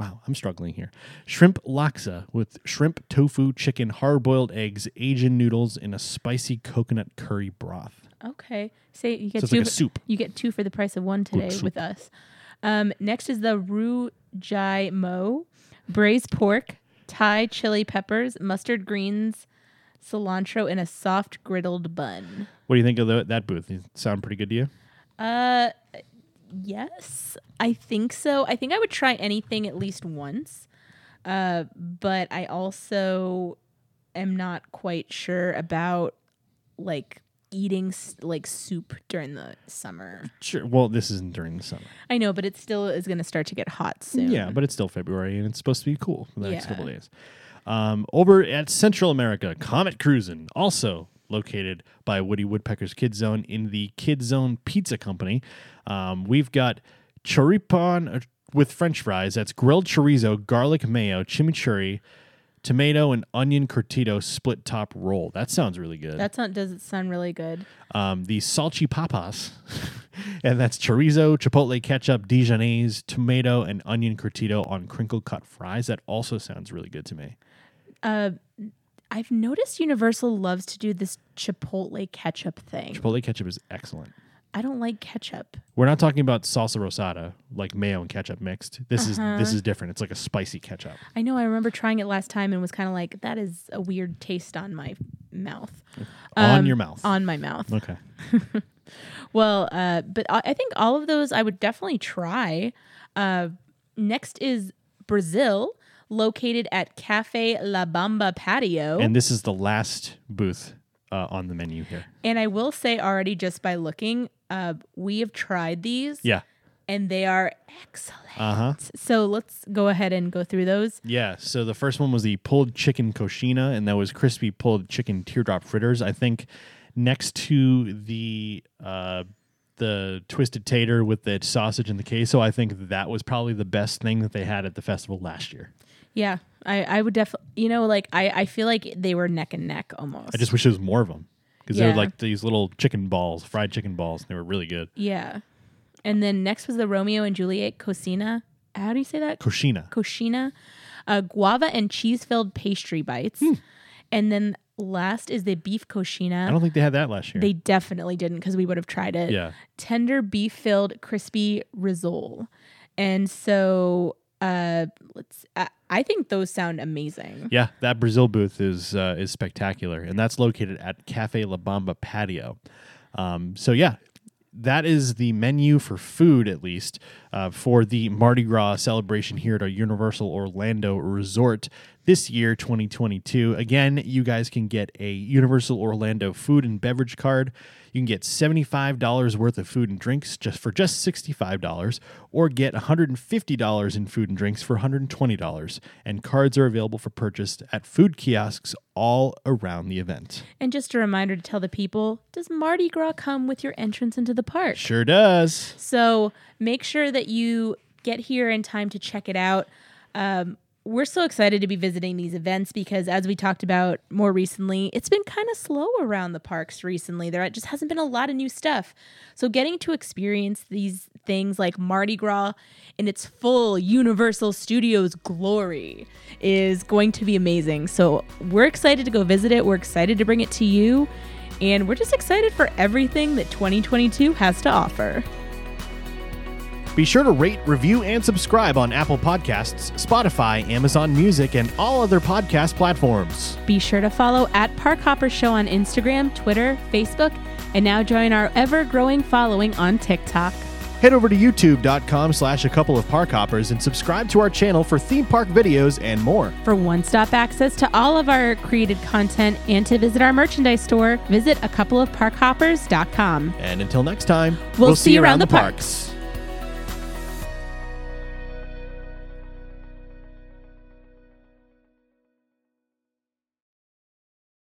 [SPEAKER 1] Wow, I'm struggling here. Shrimp laksa with shrimp, tofu, chicken, hard boiled eggs, Asian noodles, and a spicy coconut curry broth.
[SPEAKER 2] Okay. Say you get
[SPEAKER 1] So it's
[SPEAKER 2] two
[SPEAKER 1] like a
[SPEAKER 2] for-
[SPEAKER 1] soup.
[SPEAKER 2] You get two for the price of one today
[SPEAKER 1] soup.
[SPEAKER 2] with us. Um, next is the Ru Jai Mo, braised pork, Thai chili peppers, mustard greens, cilantro, and a soft griddled bun.
[SPEAKER 1] What do you think of tho- that booth? Does it sound pretty good to you?
[SPEAKER 2] Uh, yes, I think so. I think I would try anything at least once. Uh, but I also am not quite sure about like eating s- like soup during the summer.
[SPEAKER 1] Sure. Well, this isn't during the summer.
[SPEAKER 2] I know, but it still is going to start to get hot soon.
[SPEAKER 1] Yeah, but it's still February and it's supposed to be cool for the next
[SPEAKER 2] Yeah.
[SPEAKER 1] couple days. Um, over at Central America, Comet Cruisin', also located by Woody Woodpecker's Kid Zone in the Kid Zone Pizza Company. Um, we've got choripon uh, with French fries. That's grilled chorizo, garlic mayo, chimichurri, tomato, and onion curtido split top roll. That sounds really good
[SPEAKER 2] That sound does it sound really good.
[SPEAKER 1] um, the salchipapas, *laughs* and that's chorizo, chipotle ketchup, Dijonnaise, tomato, and onion curtido on crinkle cut fries. That also sounds really good to me.
[SPEAKER 2] I've noticed Universal loves to do this chipotle ketchup thing.
[SPEAKER 1] Chipotle ketchup is excellent.
[SPEAKER 2] I don't like ketchup.
[SPEAKER 1] We're not talking about salsa rosada, like mayo and ketchup mixed. This
[SPEAKER 2] Uh-huh.
[SPEAKER 1] is this is different. It's like a spicy ketchup.
[SPEAKER 2] I know I remember trying it last time and was kind of like that is a weird taste on my mouth.
[SPEAKER 1] On
[SPEAKER 2] Um,
[SPEAKER 1] your mouth.
[SPEAKER 2] On my mouth.
[SPEAKER 1] okay.
[SPEAKER 2] Well, uh, but I I think all of those I would definitely try. Uh, next is Brazil, located at Cafe La Bamba Patio.
[SPEAKER 1] And this is the last booth uh, on the menu here.
[SPEAKER 2] And I will say already, just by looking, uh, we have tried these.
[SPEAKER 1] Yeah.
[SPEAKER 2] and they are excellent.
[SPEAKER 1] Uh huh.
[SPEAKER 2] So let's go ahead and go through those.
[SPEAKER 1] Yeah. So the first one was the pulled chicken koshina, and that was crispy pulled chicken teardrop fritters. I think next to the uh, the twisted tater with the sausage and the queso, I think that was probably the best thing that they had at the festival last year.
[SPEAKER 2] Yeah, I, I would definitely, you know, like I, I feel like they were neck and neck almost.
[SPEAKER 1] I just wish there was more of them because they
[SPEAKER 2] Yeah.
[SPEAKER 1] were like these little chicken balls, fried chicken balls, and they were really good.
[SPEAKER 2] yeah. And then next was the Romeo and Juliet Cosina. How do you say that?
[SPEAKER 1] Koshina.
[SPEAKER 2] Koshina, uh, guava and cheese filled pastry bites. And then last is the beef
[SPEAKER 1] Hmm. I
[SPEAKER 2] Koshina.
[SPEAKER 1] don't think they had that last year.
[SPEAKER 2] They definitely didn't because we would have tried it.
[SPEAKER 1] yeah.
[SPEAKER 2] Tender beef filled crispy risole. And so uh, let's, I, I think those sound amazing.
[SPEAKER 1] Yeah, that Brazil booth is uh, is spectacular, and that's located at Cafe La Bamba patio. Um, so yeah, that is the menu for food, at least uh, for the Mardi Gras celebration here at our Universal Orlando Resort this year, 2022. Again, you guys can get a Universal Orlando food and beverage card. You can get $75 worth of food and drinks just for just $65 or get $150 in food and drinks for $120 and cards are available for purchase at food kiosks all around the event.
[SPEAKER 2] And just a reminder to tell the people does Mardi Gras come with your entrance into the park?
[SPEAKER 1] Sure does.
[SPEAKER 2] So make sure that you get here in time to check it out. Um, we're so excited to be visiting these events because, as we talked about more recently, it's been kind of slow around the parks recently. There just hasn't been a lot of new stuff. So, getting to experience these things like Mardi Gras in its full Universal Studios glory is going to be amazing. So, we're excited to go visit it. We're excited to bring it to you. And we're just excited for everything that 2022 has to offer.
[SPEAKER 1] Be sure to rate, review, and subscribe on Apple Podcasts, Spotify, Amazon Music, and all other podcast platforms.
[SPEAKER 2] Be sure to follow at Park Hopper Show on Instagram, Twitter, Facebook, and now join our ever growing following on TikTok.
[SPEAKER 1] Head over to youtube.com slash a couple of park hoppers and subscribe to our channel for theme park videos and more.
[SPEAKER 2] For one stop access to all of our created content and to visit our merchandise store, visit a couple of parkhoppers.com.
[SPEAKER 1] And until next time,
[SPEAKER 2] We'll see you around the parks.